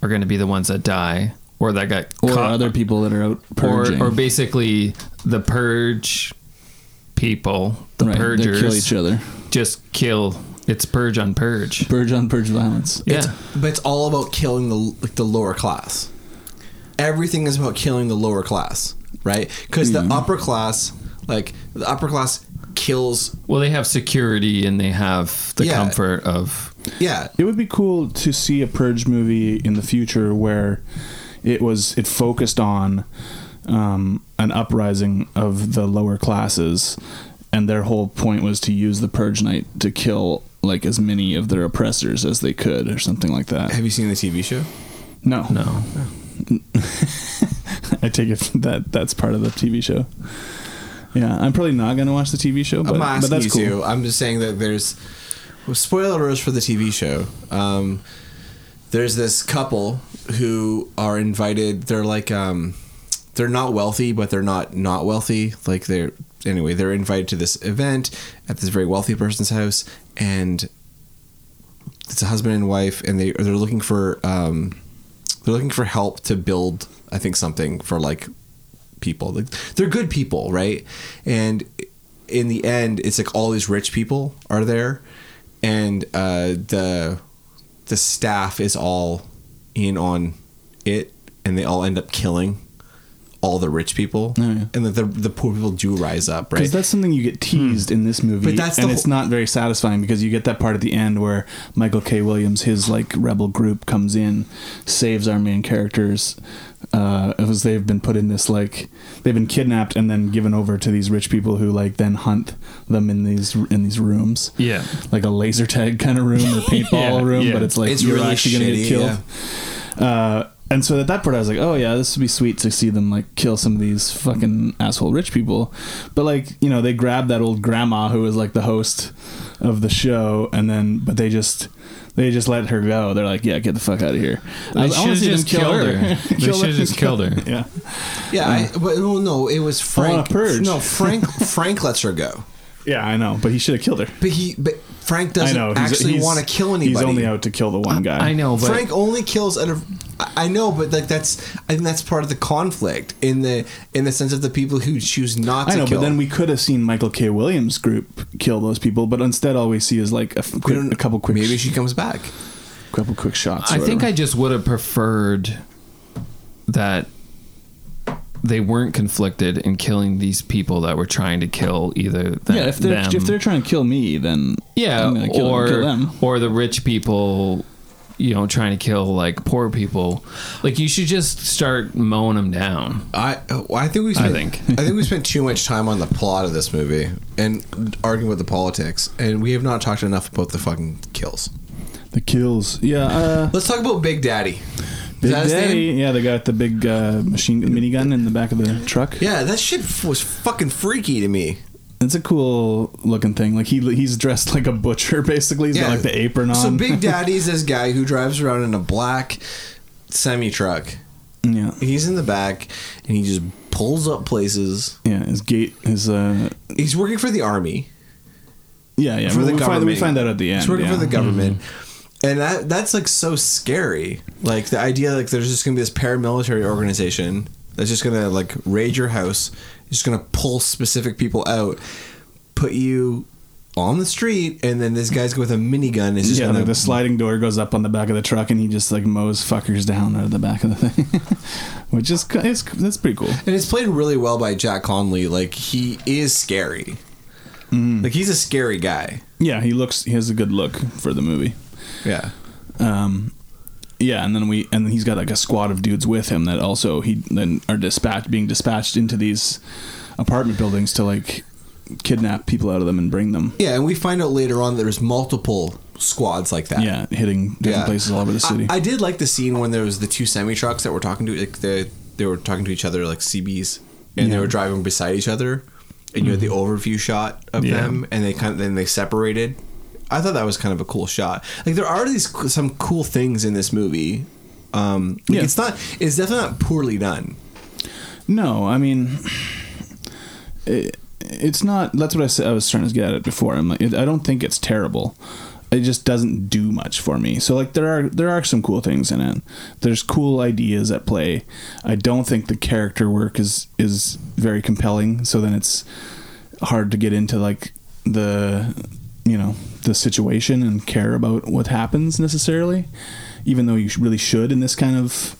are going to be the ones that die, or that got Mm-hmm. or caught, other people that are out or, purging. or basically the purge people, the Right, they purgers, kill each other. just kill. It's purge on purge. Purge on purge violence. Yeah, But it's all about killing the like the lower class. Everything is about killing the lower class, right? Because the upper class, like the upper class, kills. well, they have security and they have the Yeah. comfort of Yeah, It would be cool to see a purge movie in the future where it was it focused on um, an uprising of the lower classes, and their whole point was to use the purge night to kill like as many of their oppressors as they could, or something like that. Have you seen the TV show? No, no. I take it that that's part of the TV show. Yeah, I'm probably not gonna watch the TV show, but, I'm not but asking that's you cool. to. I'm just saying that there's well, spoilers for the TV show. Um, there's this couple who are invited. They're like um, they're not wealthy, but they're not not wealthy. Like they're anyway, they're invited to this event at this very wealthy person's house, and it's a husband and wife, and they they're looking for um, they're looking for help to build. I think something for like people. Like, they're good people, right? And in the end, it's like all these rich people are there, and uh, the the staff is all in on it, and they all end up killing all the rich people, Oh, yeah. and the, the the poor people do rise up, right? Hmm. Because that's something you get teased in this movie, But that's the and whole- it's not very satisfying because you get that part at the end where Michael K. Williams, his like rebel group, comes in, saves our main characters, uh, as they've been put in this like they've been kidnapped and then given over to these rich people who like then hunt them in these in these rooms, Yeah. like a laser tag kind of room or paintball Yeah, room, yeah. but it's like It's you're really actually gonna shitty, get killed. Uh, and so at that part, I was like, "Oh yeah, this would be sweet to see them like kill some of these fucking asshole rich people," but like you know, they grabbed that old grandma who was like the host of the show, and then but they just they just let her go. They're like, "Yeah, get the fuck out of here." They was- I wanna should've see them just killed her. They Kill should've just killed her. Yeah, yeah, I, but, well, no, it was I wanna Frank. purge. No, Frank. Frank lets her go, yeah, I know, but he should have killed her. but he, but Frank I doesn't know. he's- actually he's- want to kill anybody. He's only out to kill the one guy. I know, but Frank only kills out of. I I know, but like that's. I think that's part of the conflict in the in the sense of the people who choose not to I know, kill. but then we could have seen Michael K. Williams' group kill those people, but instead, all we see is like a, f- We quick, a couple quick, Maybe sh- she comes back. couple quick shots. or I think I whatever. just would have preferred that they weren't conflicted in killing these people that were trying to kill either th- yeah. If they're them, if they're trying to kill me, then yeah I'm gonna kill, or kill them. or the rich people you know trying to kill like poor people like you should just start mowing them down I I think we spent, I think. think we spent too much time on the plot of this movie and arguing with the politics, and we have not talked enough about the fucking kills. The kills. Yeah. Uh, Let's talk about Big Daddy. Is Big that his Daddy. name? Yeah, they got the big uh, machine minigun in the back of the truck. Yeah, that shit was fucking freaky to me. It's a cool looking thing. Like he he's dressed like a butcher basically. He's yeah, got like the apron on. So Big Daddy's this guy who drives around in a black semi truck. yeah. He's in the back, and he just pulls up places. Yeah. His gate. His uh. He's working for the army. Yeah. Yeah. For we, the we find, we government. find that at the end. He's working yeah. Mm-hmm. for the government. And that that's like so scary. Like the idea like there's just gonna be this paramilitary organization that's just gonna like raid your house, just gonna pull specific people out, put you on the street, and then this guy's with a minigun is just yeah, gonna like the sliding door goes up on the back of the truck, and he just like mows fuckers down out of the back of the thing, which is ki- it's, that's pretty cool. and it's played really well by Jack Conley. Like he is scary. Mm. Like he's a scary guy. Yeah, he looks he has a good look for the movie. Yeah. Um, yeah, and then we and then he's got like a squad of dudes with him that also he then are dispatched being dispatched into these apartment buildings to like kidnap people out of them and bring them. Yeah, and we find out later on there's multiple squads like that. Yeah, hitting different places all over the I- city. I, did like the scene when there was the two semi trucks that were talking to like they they were talking to each other like CBs and Yeah. Mm-hmm. they were driving beside each other. and you had the overview shot of Yeah. them, and they kind of then they separated. I thought that was kind of a cool shot. Like there are these co- some cool things in this movie. Um, like, Yeah. It's not. It's definitely not poorly done. No, I mean, it, it's not. That's what I said. I was trying to get at it before. I'm like, I don't think it's terrible. It just doesn't do much for me. So like, there are there are some cool things in it. There's cool ideas at play. I don't think the character work is is very compelling. So then it's hard to get into like the you know the situation and care about what happens necessarily even though you sh- really should in this kind of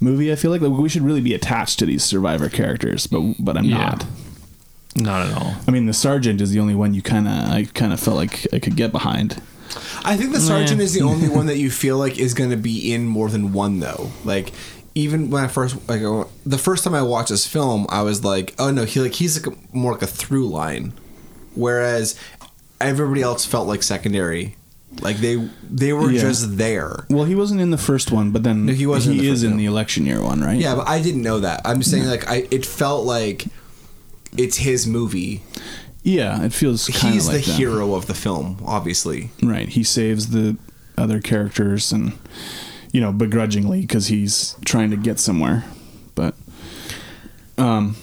movie i feel like, like we should really be attached to these survivor characters but but i'm Yeah. not Not at all. i mean the sergeant is the only one you kind of i kind of felt like i could get behind I think the sergeant is the only one that you feel like is going to be in more than one though. Like even when I first like uh, the first time I watched this film, I was like, oh no, he like he's like a, more like a through line, whereas everybody else felt like secondary. Like they they were Yeah. just there. well he wasn't in the first one but then No, he wasn't in the is first in one. the election year one right Yeah, but I didn't know that. I'm saying like I it felt like it's his movie. yeah it feels kind of He's the like that. hero of the film, obviously. right he saves the other characters and you know begrudgingly because he's trying to get somewhere but Well,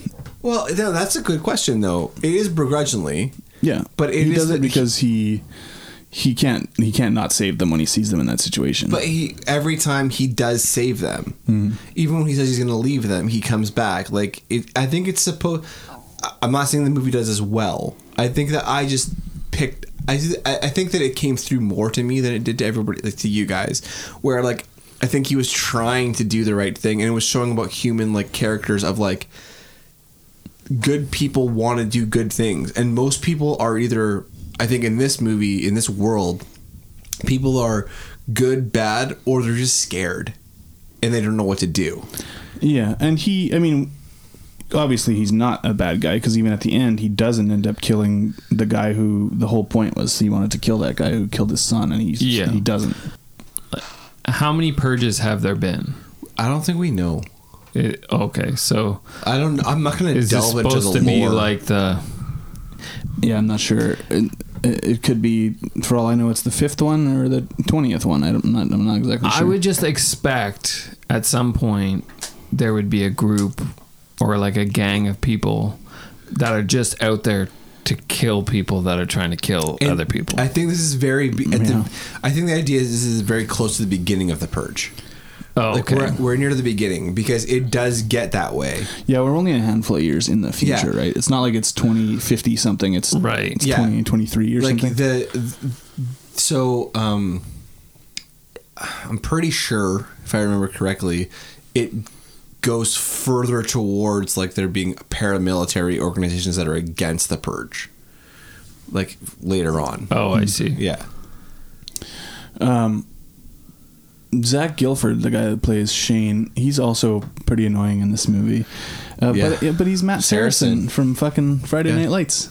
no, that's a good question though. It is begrudgingly. Yeah, But it he is does that it because he he can't he can't not save them when he sees them in that situation. But he every time he does save them, even when he says he's going to leave them, he comes back. Like it, I think it's supposed. I'm not saying the movie does as well. I think that I just picked. I just- I I think that it came through more to me than it did to everybody, like to you guys, where like I think he was trying to do the right thing and it was showing about human like characters of like good people want to do good things and most people are either i think in this movie in this world people are good, bad, or they're just scared and they don't know what to do. yeah, and he I mean obviously he's not a bad guy because even at the end he doesn't end up killing the guy who the whole point was he wanted to kill that guy who killed his son and he's Yeah. he doesn't. How many purges have there been? I don't think we know. It, okay, so I don't. I'm not going to is this delve into the supposed lore. to be like the Yeah, I'm not sure. It, it it could be for all I know it's the fifth one or the twentieth one. I don't I'm not, I'm not exactly sure. I would just expect at some point there would be a group or like a gang of people that are just out there to kill people that are trying to kill And other people. I think this is very. Be- at Yeah. the, I think the idea is this is very close to the beginning of the purge. oh, Like okay. we're, we're near the beginning because it does get that way. yeah, we're only a handful of years in the Yeah. future, right? It's not like it's 20, 50 something. It's Right. It's Yeah. 20, 23 or like something. the so um i'm pretty sure if i remember correctly it goes further towards like there being paramilitary organizations that are against the purge like later on oh, I see. yeah Zach Gilford, the guy that plays Shane, he's also pretty annoying in this movie. Uh, Yeah. But yeah, but he's Matt Saracen. Saracen, from fucking Friday Yeah. Night Lights.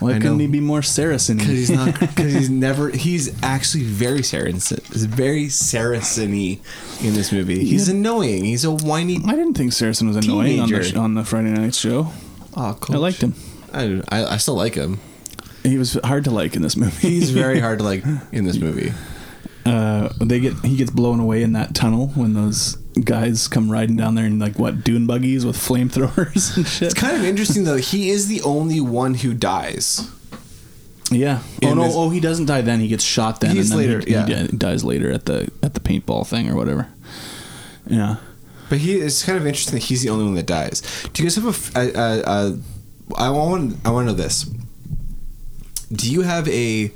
Why I couldn't know. he be more Saracen? because he's not because he's never he's actually very saracen very saracen-y in this movie he's Yeah. annoying he's a whiny I didn't think Saracen was annoying on the, Teenager. on the Friday Night show. oh, I liked him. I, I, I still like him He was hard to like in this movie. he's very hard to like in this movie uh, they get he gets blown away in that tunnel when those guys come riding down there in like what dune buggies with flamethrowers and shit. It's kind of interesting though. He is the only one who dies. Yeah. Oh In no! this- Oh, he doesn't die then. He gets shot then. He's and then later, He, yeah. he di- dies later at the at the paintball thing or whatever. Yeah. But he it's kind of interesting that he's the only one that dies. Do you guys have a? f- a- a- a- I want I want to know this. Do you have a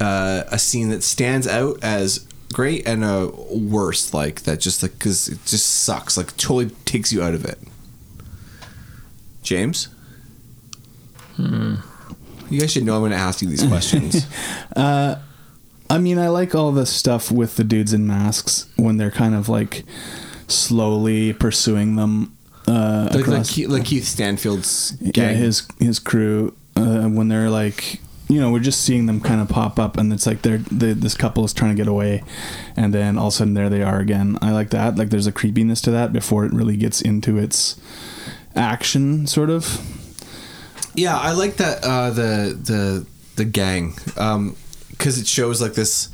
uh, a scene that stands out as great and a worst like that? Just like because it just sucks. Like totally takes you out of it. James. Hmm. You guys should know I'm going to ask you these questions. I mean, I like all the stuff with the dudes in masks when they're kind of like slowly pursuing them. Uh, like, like, across, Keith, like Keith Stanfield's gang. yeah, his his crew uh, when they're like. You know, we're just seeing them kind of pop up, and it's like they're they, this couple is trying to get away, and then all of a sudden there they are again. I like that. Like, there's a creepiness to that before it really gets into its action, sort of. Yeah, I like that uh, the the the gang because it shows like this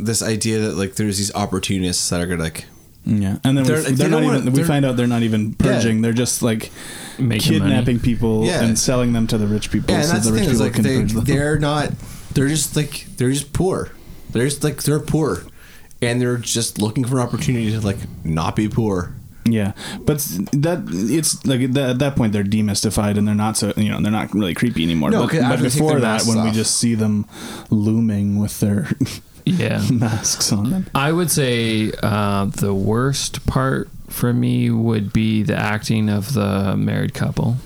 this idea that like there's these opportunists that are gonna like Yeah, and then They're- we, they they're not don't wanna- even. we they're- find out they're not even purging. Yeah. They're just like Making kidnapping money. people Yeah. and selling them to the rich people. yeah, and so that's the rich thing is people like can they purge them. they're not they're just like they're just poor they're just like they're poor and they're just looking for opportunity to like not be poor Yeah, but s- that it's like at that- at that point they're demystified and they're not so you know they're not really creepy anymore. No, but, 'cause but after they take before their that, masks when we off. just see them looming with their Yeah. masks on them, I would say uh, the worst part for me would be the acting of the married couple.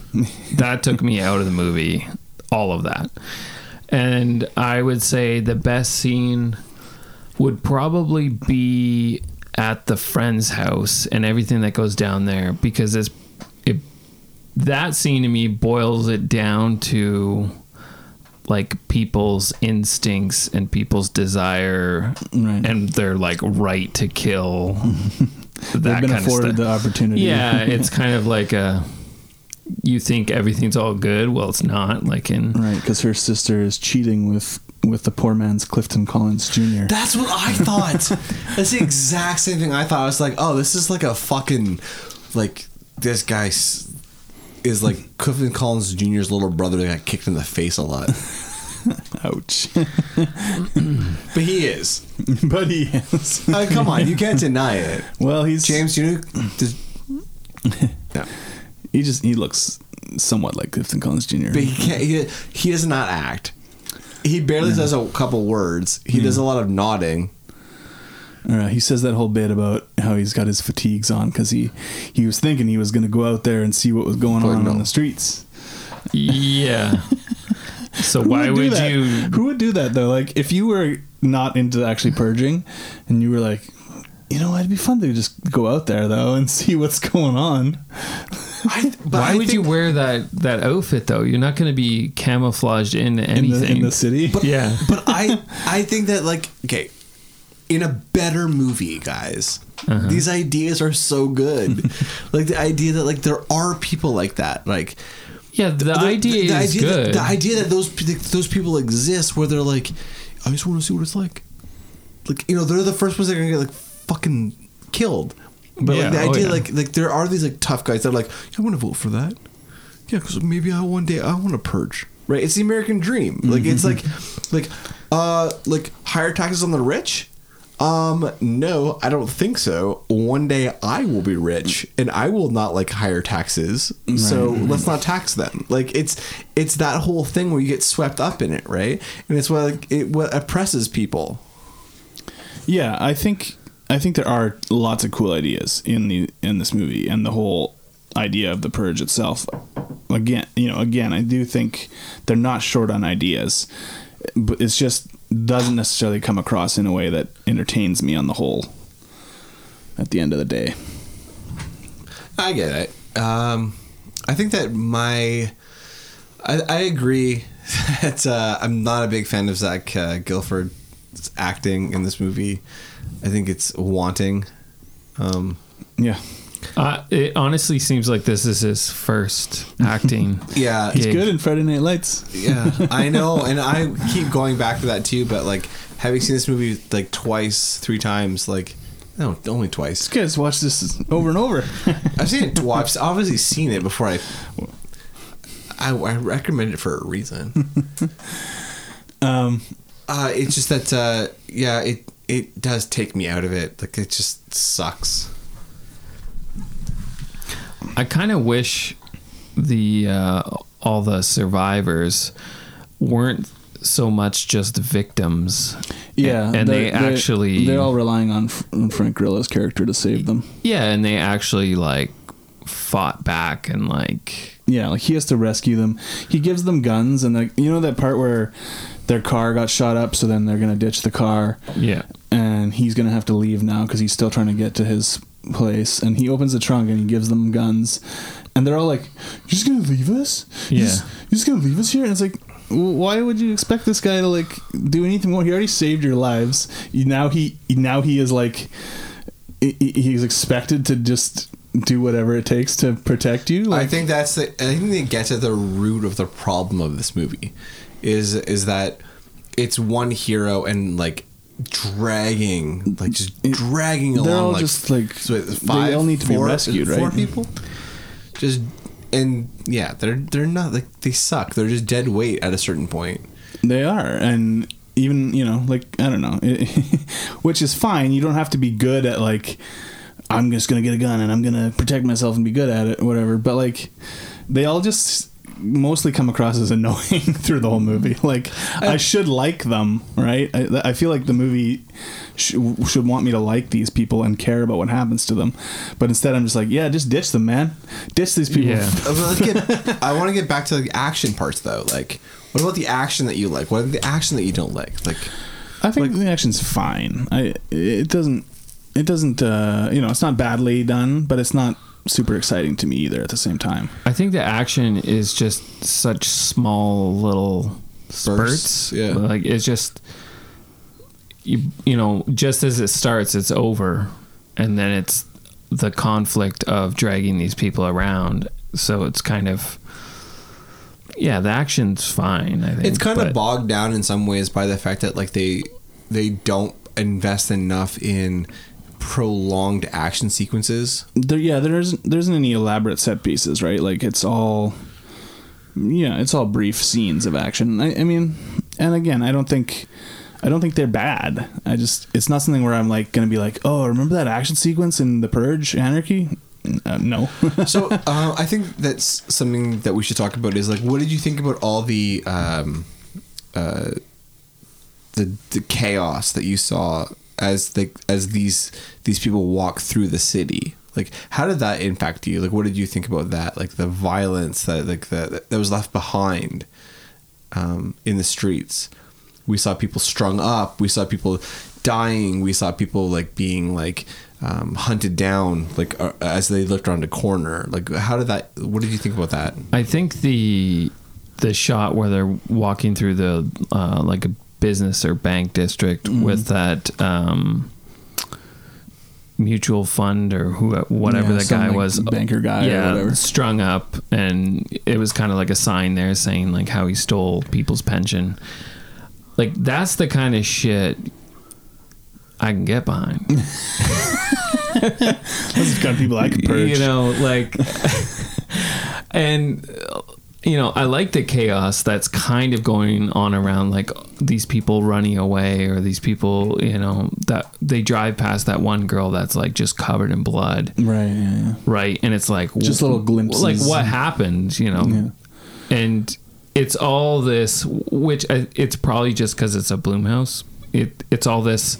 that took me out of the movie, all of that. And I would say the best scene would probably be at the friend's house and everything that goes down there because it's it that scene to me boils it down to like people's instincts and people's desire Right. and their like right to kill that they've been kind afforded of the stuff. opportunity. yeah it's kind of like a you think everything's all good well it's not like in right, because her sister is cheating with with the poor man's Clifton Collins Jr. that's what i thought that's the exact same thing i thought i was like oh this is like a fucking like this guy s- is like Clifton Collins Jr.'s little brother that got kicked in the face a lot Ouch, but he is but he is. Uh, come on you can't deny it Well, he's James you did, He just he looks somewhat like Clifton Collins Jr. But he can't. He, he does not act. He barely says a couple words. He does a lot of nodding. Uh, he says that whole bit about how he's got his fatigues on because he he was thinking he was going to go out there and see what was going But on no. on the streets. yeah so Who why do would that? you Who would do that though? Like if you were not into actually purging, and you were like, you know, it'd be fun to just go out there though and see what's going on. I, but Why I would you think- wear that that outfit though? You're not going to be camouflaged in In anything. the, in the city, But, Yeah. But I I think that like okay, in a better movie, guys, Uh-huh. these ideas are so good. like the idea that like there are people like that. Like yeah, the, idea the is idea good. That, the idea that those pe- those people exist, where they're like, I just want to see what it's like. Like you know, they're the first ones that are gonna get like fucking killed. But Yeah, like the oh idea, yeah. like like there are these like tough guys that are like, yeah, I want to vote for that. Yeah, because maybe I one day I want to purge. Right? It's the American dream. Like Mm-hmm. it's like like uh like higher taxes on the rich. Um, no, I don't think so. One day I will be rich and I will not like higher taxes. So Mm-hmm. let's not tax them. Like it's it's that whole thing where you get swept up in it, right? And it's what like, it what oppresses people. Yeah, I think I think there are lots of cool ideas in the in this movie and the whole idea of the purge itself. Again, you know, again, I do think they're not short on ideas, but it's just doesn't necessarily come across in a way that entertains me on the whole. At the end of the day, I get it. Um, I think that my, I, I agree that uh, I'm not a big fan of Zach uh, Guilford's acting in this movie. I think it's wanting. Um, yeah, uh, it honestly seems like this is his first acting. yeah, he's gig. good in Friday Night Lights. yeah, I know, and I keep going back to that too. But like, having seen this movie like twice, three times, like no, only twice. You guys watch this over and over. I've seen it twice. I've obviously seen it before. I, I, I recommend it for a reason. Um, Uh, it's just that uh, yeah, it it does take me out of it. Like it just sucks. I kind of wish the uh, all the survivors weren't so much just victims. yeah, and, and they they're- they're- actually they're all relying on F- Frank Grillo's character to save them. yeah, and they actually like fought back and like Yeah, like he has to rescue them. He gives them guns, and like you know that part where their car got shot up, so then they're gonna ditch the car, yeah. and he's gonna have to leave now because he's still trying to get to his place. And he opens the trunk and he gives them guns, and they're all like, "You're just gonna leave us? You're Yeah. just, you're just gonna leave us here?" And it's like. "Well, Why would you expect this guy to like do anything more? He already saved your lives. You- Now he now he is like he- he- he's expected to just do whatever it takes to protect you. I think that's the. I think they get to the root of the problem of this movie, is is that it's one hero and like dragging, like just dragging They're along, all like, just, like, so it's they five, all need to be four- rescued, Four right? people, just and yeah, they're they're not like they suck. They're just dead weight at a certain point. They are, and even you know, like I don't know, it, which is fine. You don't have to be good at like I'm just gonna get a gun and I'm gonna protect myself and be good at it, whatever. But like, they all just mostly come across as annoying through the whole movie. Like I, should like them, right? I, I feel like the movie sh- should want me to like these people and care about what happens to them, but instead I'm just like, yeah, just ditch them, man. Ditch these people. Yeah. Uh, but let's get- I want to get back to the action parts though. Like, what about the action that you like? What about the action that you don't like? Like, I think the action's fine. I it doesn't it doesn't uh, you know it's not badly done, but it's not super exciting to me either. At the same time, I think the action is just such small little Bursts, spurts. yeah. Like it's just you, you know, just as it starts, it's over, and then it's the conflict of dragging these people around. So it's kind of yeah, the action's fine. I think it's kind of but- bogged down in some ways by the fact that like they they don't invest enough in prolonged action sequences. there yeah there isn't there isn't any elaborate set pieces, right? Like it's all yeah it's all brief scenes of action. I, I mean, and again, I don't think. I don't think they're bad. I just it's not something where I'm like going to be like, "Oh, remember that action sequence in The Purge Anarchy?" Uh, no. So uh, I think that's something that we should talk about. Is like, what did you think about all the um, uh, the the chaos that you saw as the as these these people walk through the city? Like, how did that impact you? Like, what did you think about that? Like the violence that like that that was left behind um, in the streets. We saw people strung up. We saw people dying. We saw people like being like um, hunted down, like uh, as they looked around a corner. Like, how did that? What did you think about that? I think the the shot where they're walking through the uh, like a business or bank district Mm-hmm. with that um, mutual fund or who whatever Yeah, that some, guy like, was banker guy or whatever. strung up and it was kind of like a sign there saying like how he stole people's pension like that's the kind of shit I can get behind Those are the kind of people I could purge. You know, like, and you know, I like the chaos that's kind of going on around, like these people running away or these people, you know, that they drive past that one girl that's like just covered in blood, Right. Yeah, yeah. right? And it's like Just little glimpses. like what happened, you know, and it's all this, which I, it's probably just because it's a Bloomhouse. It it's all this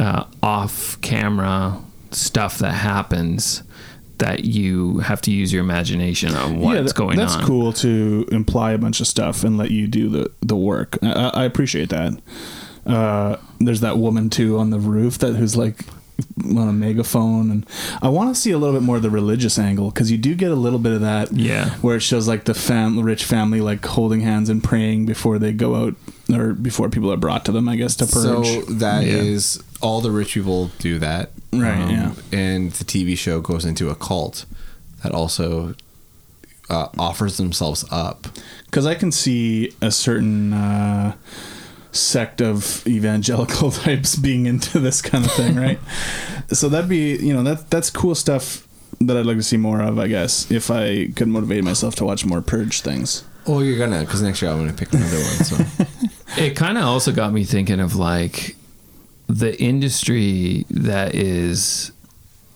uh, off camera stuff that happens that you have to use your imagination on what's tha- going that's on. cool to imply a bunch of stuff and let you do the, the work. I, I- I appreciate that. Uh, there's that woman too on the roof that who's like on a megaphone, and I want to see a little bit more of the religious angle because you do get a little bit of that. Yeah. where it shows like the fam, rich family like holding hands and praying before they go out or before people are brought to them. I guess to purge. So that is Yeah. all the rich people do that, Um, Right, yeah. And the TV show goes into a cult that also uh, offers themselves up. because I can see a certain uh, sect of evangelical types being into this kind of thing, right? so that'd be you know that that's cool stuff that I'd like to see more of, I guess, if I could motivate myself to watch more purge things. Oh, you're gonna because next year I'm gonna pick another one. So. It kind of also got me thinking of like the industry that is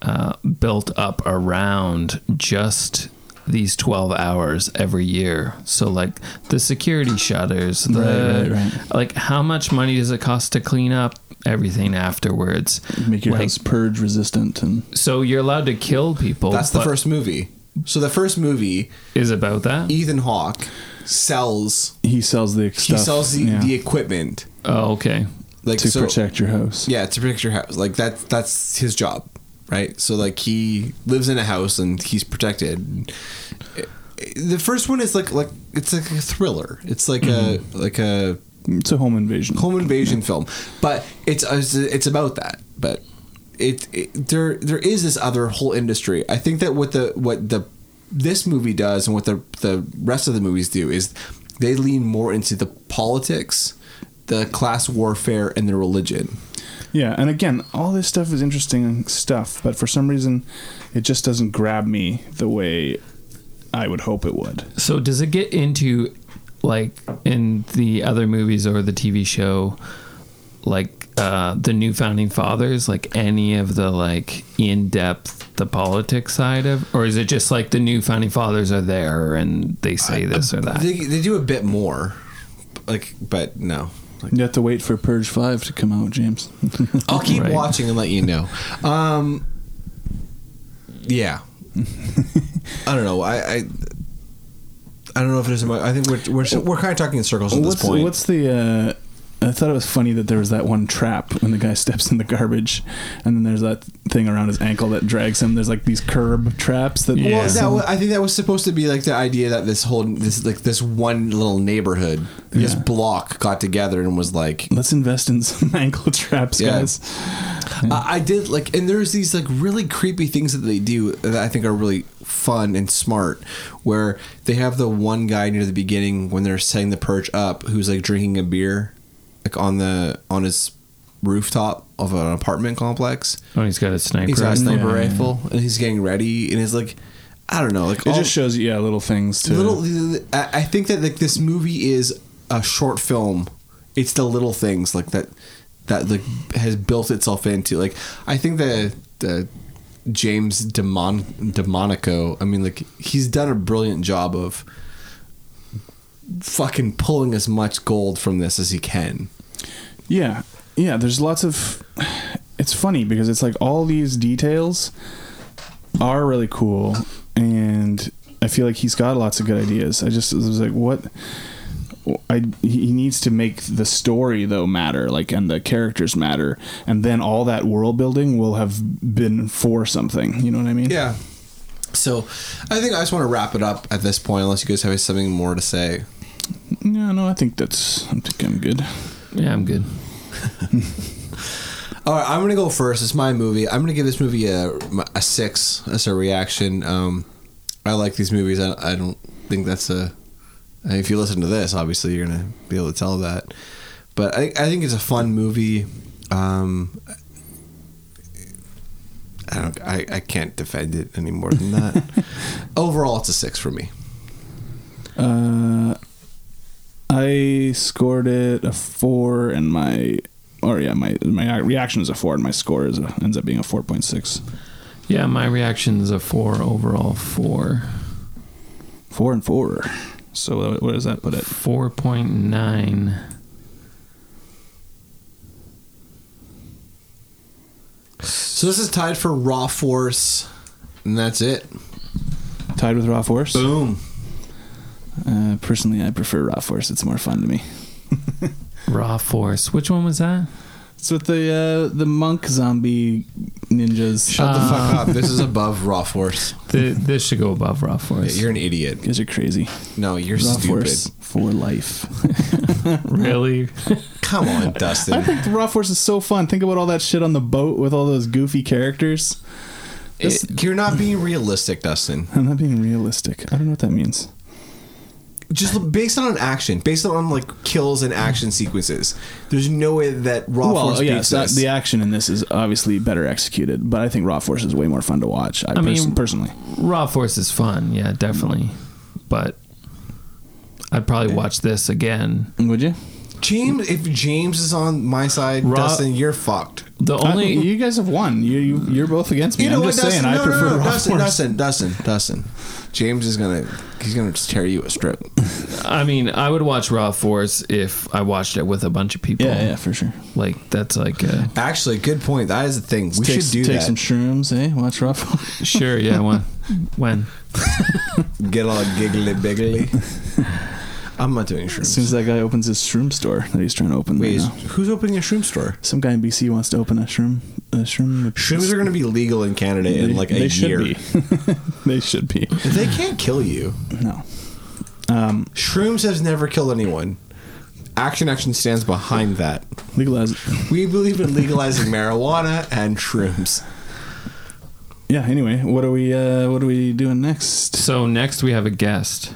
uh, built up around just these 12 hours every year. So, like the security shutters, the Right, right, like how much money does it cost to clean up everything afterwards? Make your Like, house purge resistant and So, you're allowed to kill people. That's the but first movie. So the first movie, is about E that. Ethan Hawke sells. he sells the stuff. He sells the, yeah, the equipment. Oh, okay. Like to so, protect your house. Yeah, to protect your house. Like that's that's his job, right? So like he lives in a house and he's protected. The first one is like like it's like a thriller. It's like a Mm-hmm. like a It's a home invasion. home invasion film, but it's it's about that. But it, it there there is this other whole industry. I think that what the what the this movie does and what the the rest of the movies do is they lean more into the politics, the class warfare, and the religion. Yeah, and again, all this stuff is interesting stuff, but for some reason, it just doesn't grab me the way I would hope it would. So does it get into like in the other movies or the TV show like uh the new founding fathers like any of the like in-depth the politics side of or is it just like the new founding fathers are there and they say this or that? They, they do a bit more, like, but no. Like, You have to wait for Purge Five to come out, James. I'll keep Right. watching and let you know. Um, yeah, I don't know. I, I I don't know if there's. Much, I think we're we're we're kind of talking in circles at what's, this point. what's the? Uh, I thought it was funny that there was that one trap when the guy steps in the garbage, and then there's that thing around his ankle that drags him. There's like these curb traps that. Yeah. well, is that, what- I think that was supposed to be like the idea that this whole this like this one little neighborhood, this Yeah. block, got together and was like, Let's invest in some ankle traps, Yeah. guys. I, I did like, and there's these like really creepy things that they do that I think are really fun and smart. Where they have the one guy near the beginning when they're setting the perch up, who's like drinking a beer, like on the on his rooftop of an apartment complex. Oh, he's got a sniper. He's got a rifle. sniper Yeah. rifle, and he's getting ready, and it's like, I don't know, like It all- just shows you, yeah, little things to little. I I think that like this movie is a short film. It's the little things like that that like has built itself into. Like I think the the James Demon Demonico. I mean, like he's done a brilliant job of fucking pulling as much gold from this as he can. Yeah, yeah. There's lots of. It's funny because it's like all these details are really cool, and I feel like he's got lots of good ideas. I just was like, what? I he he needs to make the story though matter, like and the characters matter, and then all that world building will have been for something. You know what I mean? Yeah. So, I think I just want to wrap it up at this point, unless you guys have something more to say. No, no. I think that's. I think I'm good. Yeah, I'm good. All right, I'm gonna go first. It's my movie. I'm gonna give this movie a, a six as a reaction. Um, I like these movies. I, I don't think that's a. I mean, if you listen to this, obviously you're gonna be able to tell that. But I, I think it's a fun movie. Um, I don't. I, I can't defend it any more than that. Overall, it's a six for me. Uh, I scored it a four, and my or yeah, my my reaction is a four, and my score is a, ends up being a four point six. Yeah, my reaction's a four overall. Four. Four and four. So uh, what does that put it? Four point nine. So this is tied for Raw Force, and that's it. Tied with Raw Force. Boom. Uh, personally, I prefer Raw Force. It's more fun to me. Raw force. Which one was that? It's with the uh, the monk zombie ninjas. Uh, Shut the fuck up. This is above Raw Force. Th this should go above raw force. You're an idiot. You guys are crazy. No, you're Raw stupid. Force for life. really? Come on, I Dustin. think Raw Force is so fun. Think about all that shit on the boat with all those goofy characters. This- you're not being realistic, Dustin. I'm not being realistic. I don't know what that means. Just look- based on action, based on like kills and action sequences, there's no way that Raw Force well, beats yes, that, this. the action in this is obviously better executed, but I think Raw Force is way more fun to watch. I, I mean- person- personally, Raw Force is fun, yeah, definitely. But I'd probably watch this again. would you? James, if James is on my side, Raw- Dustin, you're fucked. The only you guys have won. You, you you're both against me. You know I'm what, just Dustin? saying, no, I prefer no, no, no, Raw Dustin, Force. Dustin, Dustin, Dustin. James is gonna, he's gonna just tear you a strip. I mean, I would watch Raw Force if I watched it with a bunch of people. Yeah, yeah, for sure. Like that's like uh, a, Actually, good point. That is the thing. We take should do take that. some shrooms, eh? Watch Raw Force. sure, yeah, when when Get all giggly biggly. I'm not doing as soon shrooms. as that guy opens his shroom store that he's trying to open, Wait, right is- now. who's opening a shroom store? some guy in BC wants to open a shroom a shroom. Shrooms are going to be legal in Canada in like a they year. Should be. they should be. They can't kill you. No. Shrooms has never killed anyone. Action Action stands behind that. Legalize We believe in legalizing marijuana and shrooms. Yeah. Anyway, what are we? Uh, what are we doing next? So next we have a guest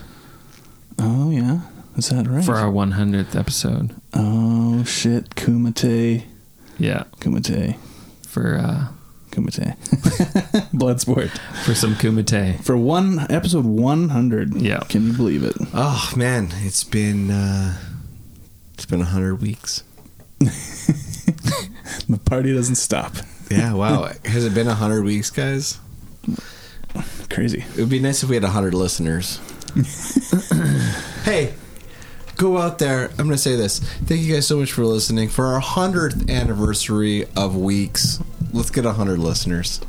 Oh yeah, is that right? for our 100th episode. oh shit, Kumite, Yeah, Kumite, for uh, Kumite, Bloodsport for some kumite. for one episode one hundred. Yeah. Can you believe it? Oh man, it's been uh, it's been hundred weeks. The party doesn't stop. Yeah, wow. Has it been hundred weeks, guys? Crazy. It would be nice if we had hundred listeners. hey, go out there. I'm gonna say this. Thank you guys so much for listening for our hundredth anniversary of weeks. Let's get hundred listeners.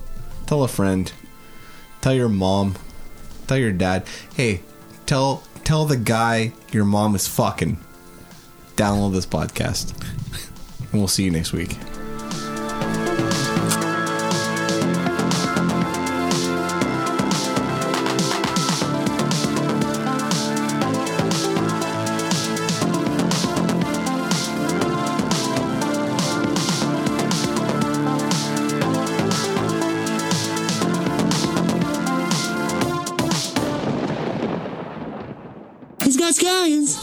Tell a friend. Tell your mom. Tell your dad. Hey, tell tell the guy your mom is fucking. Download this podcast, and we'll see you next week. He's got scallions.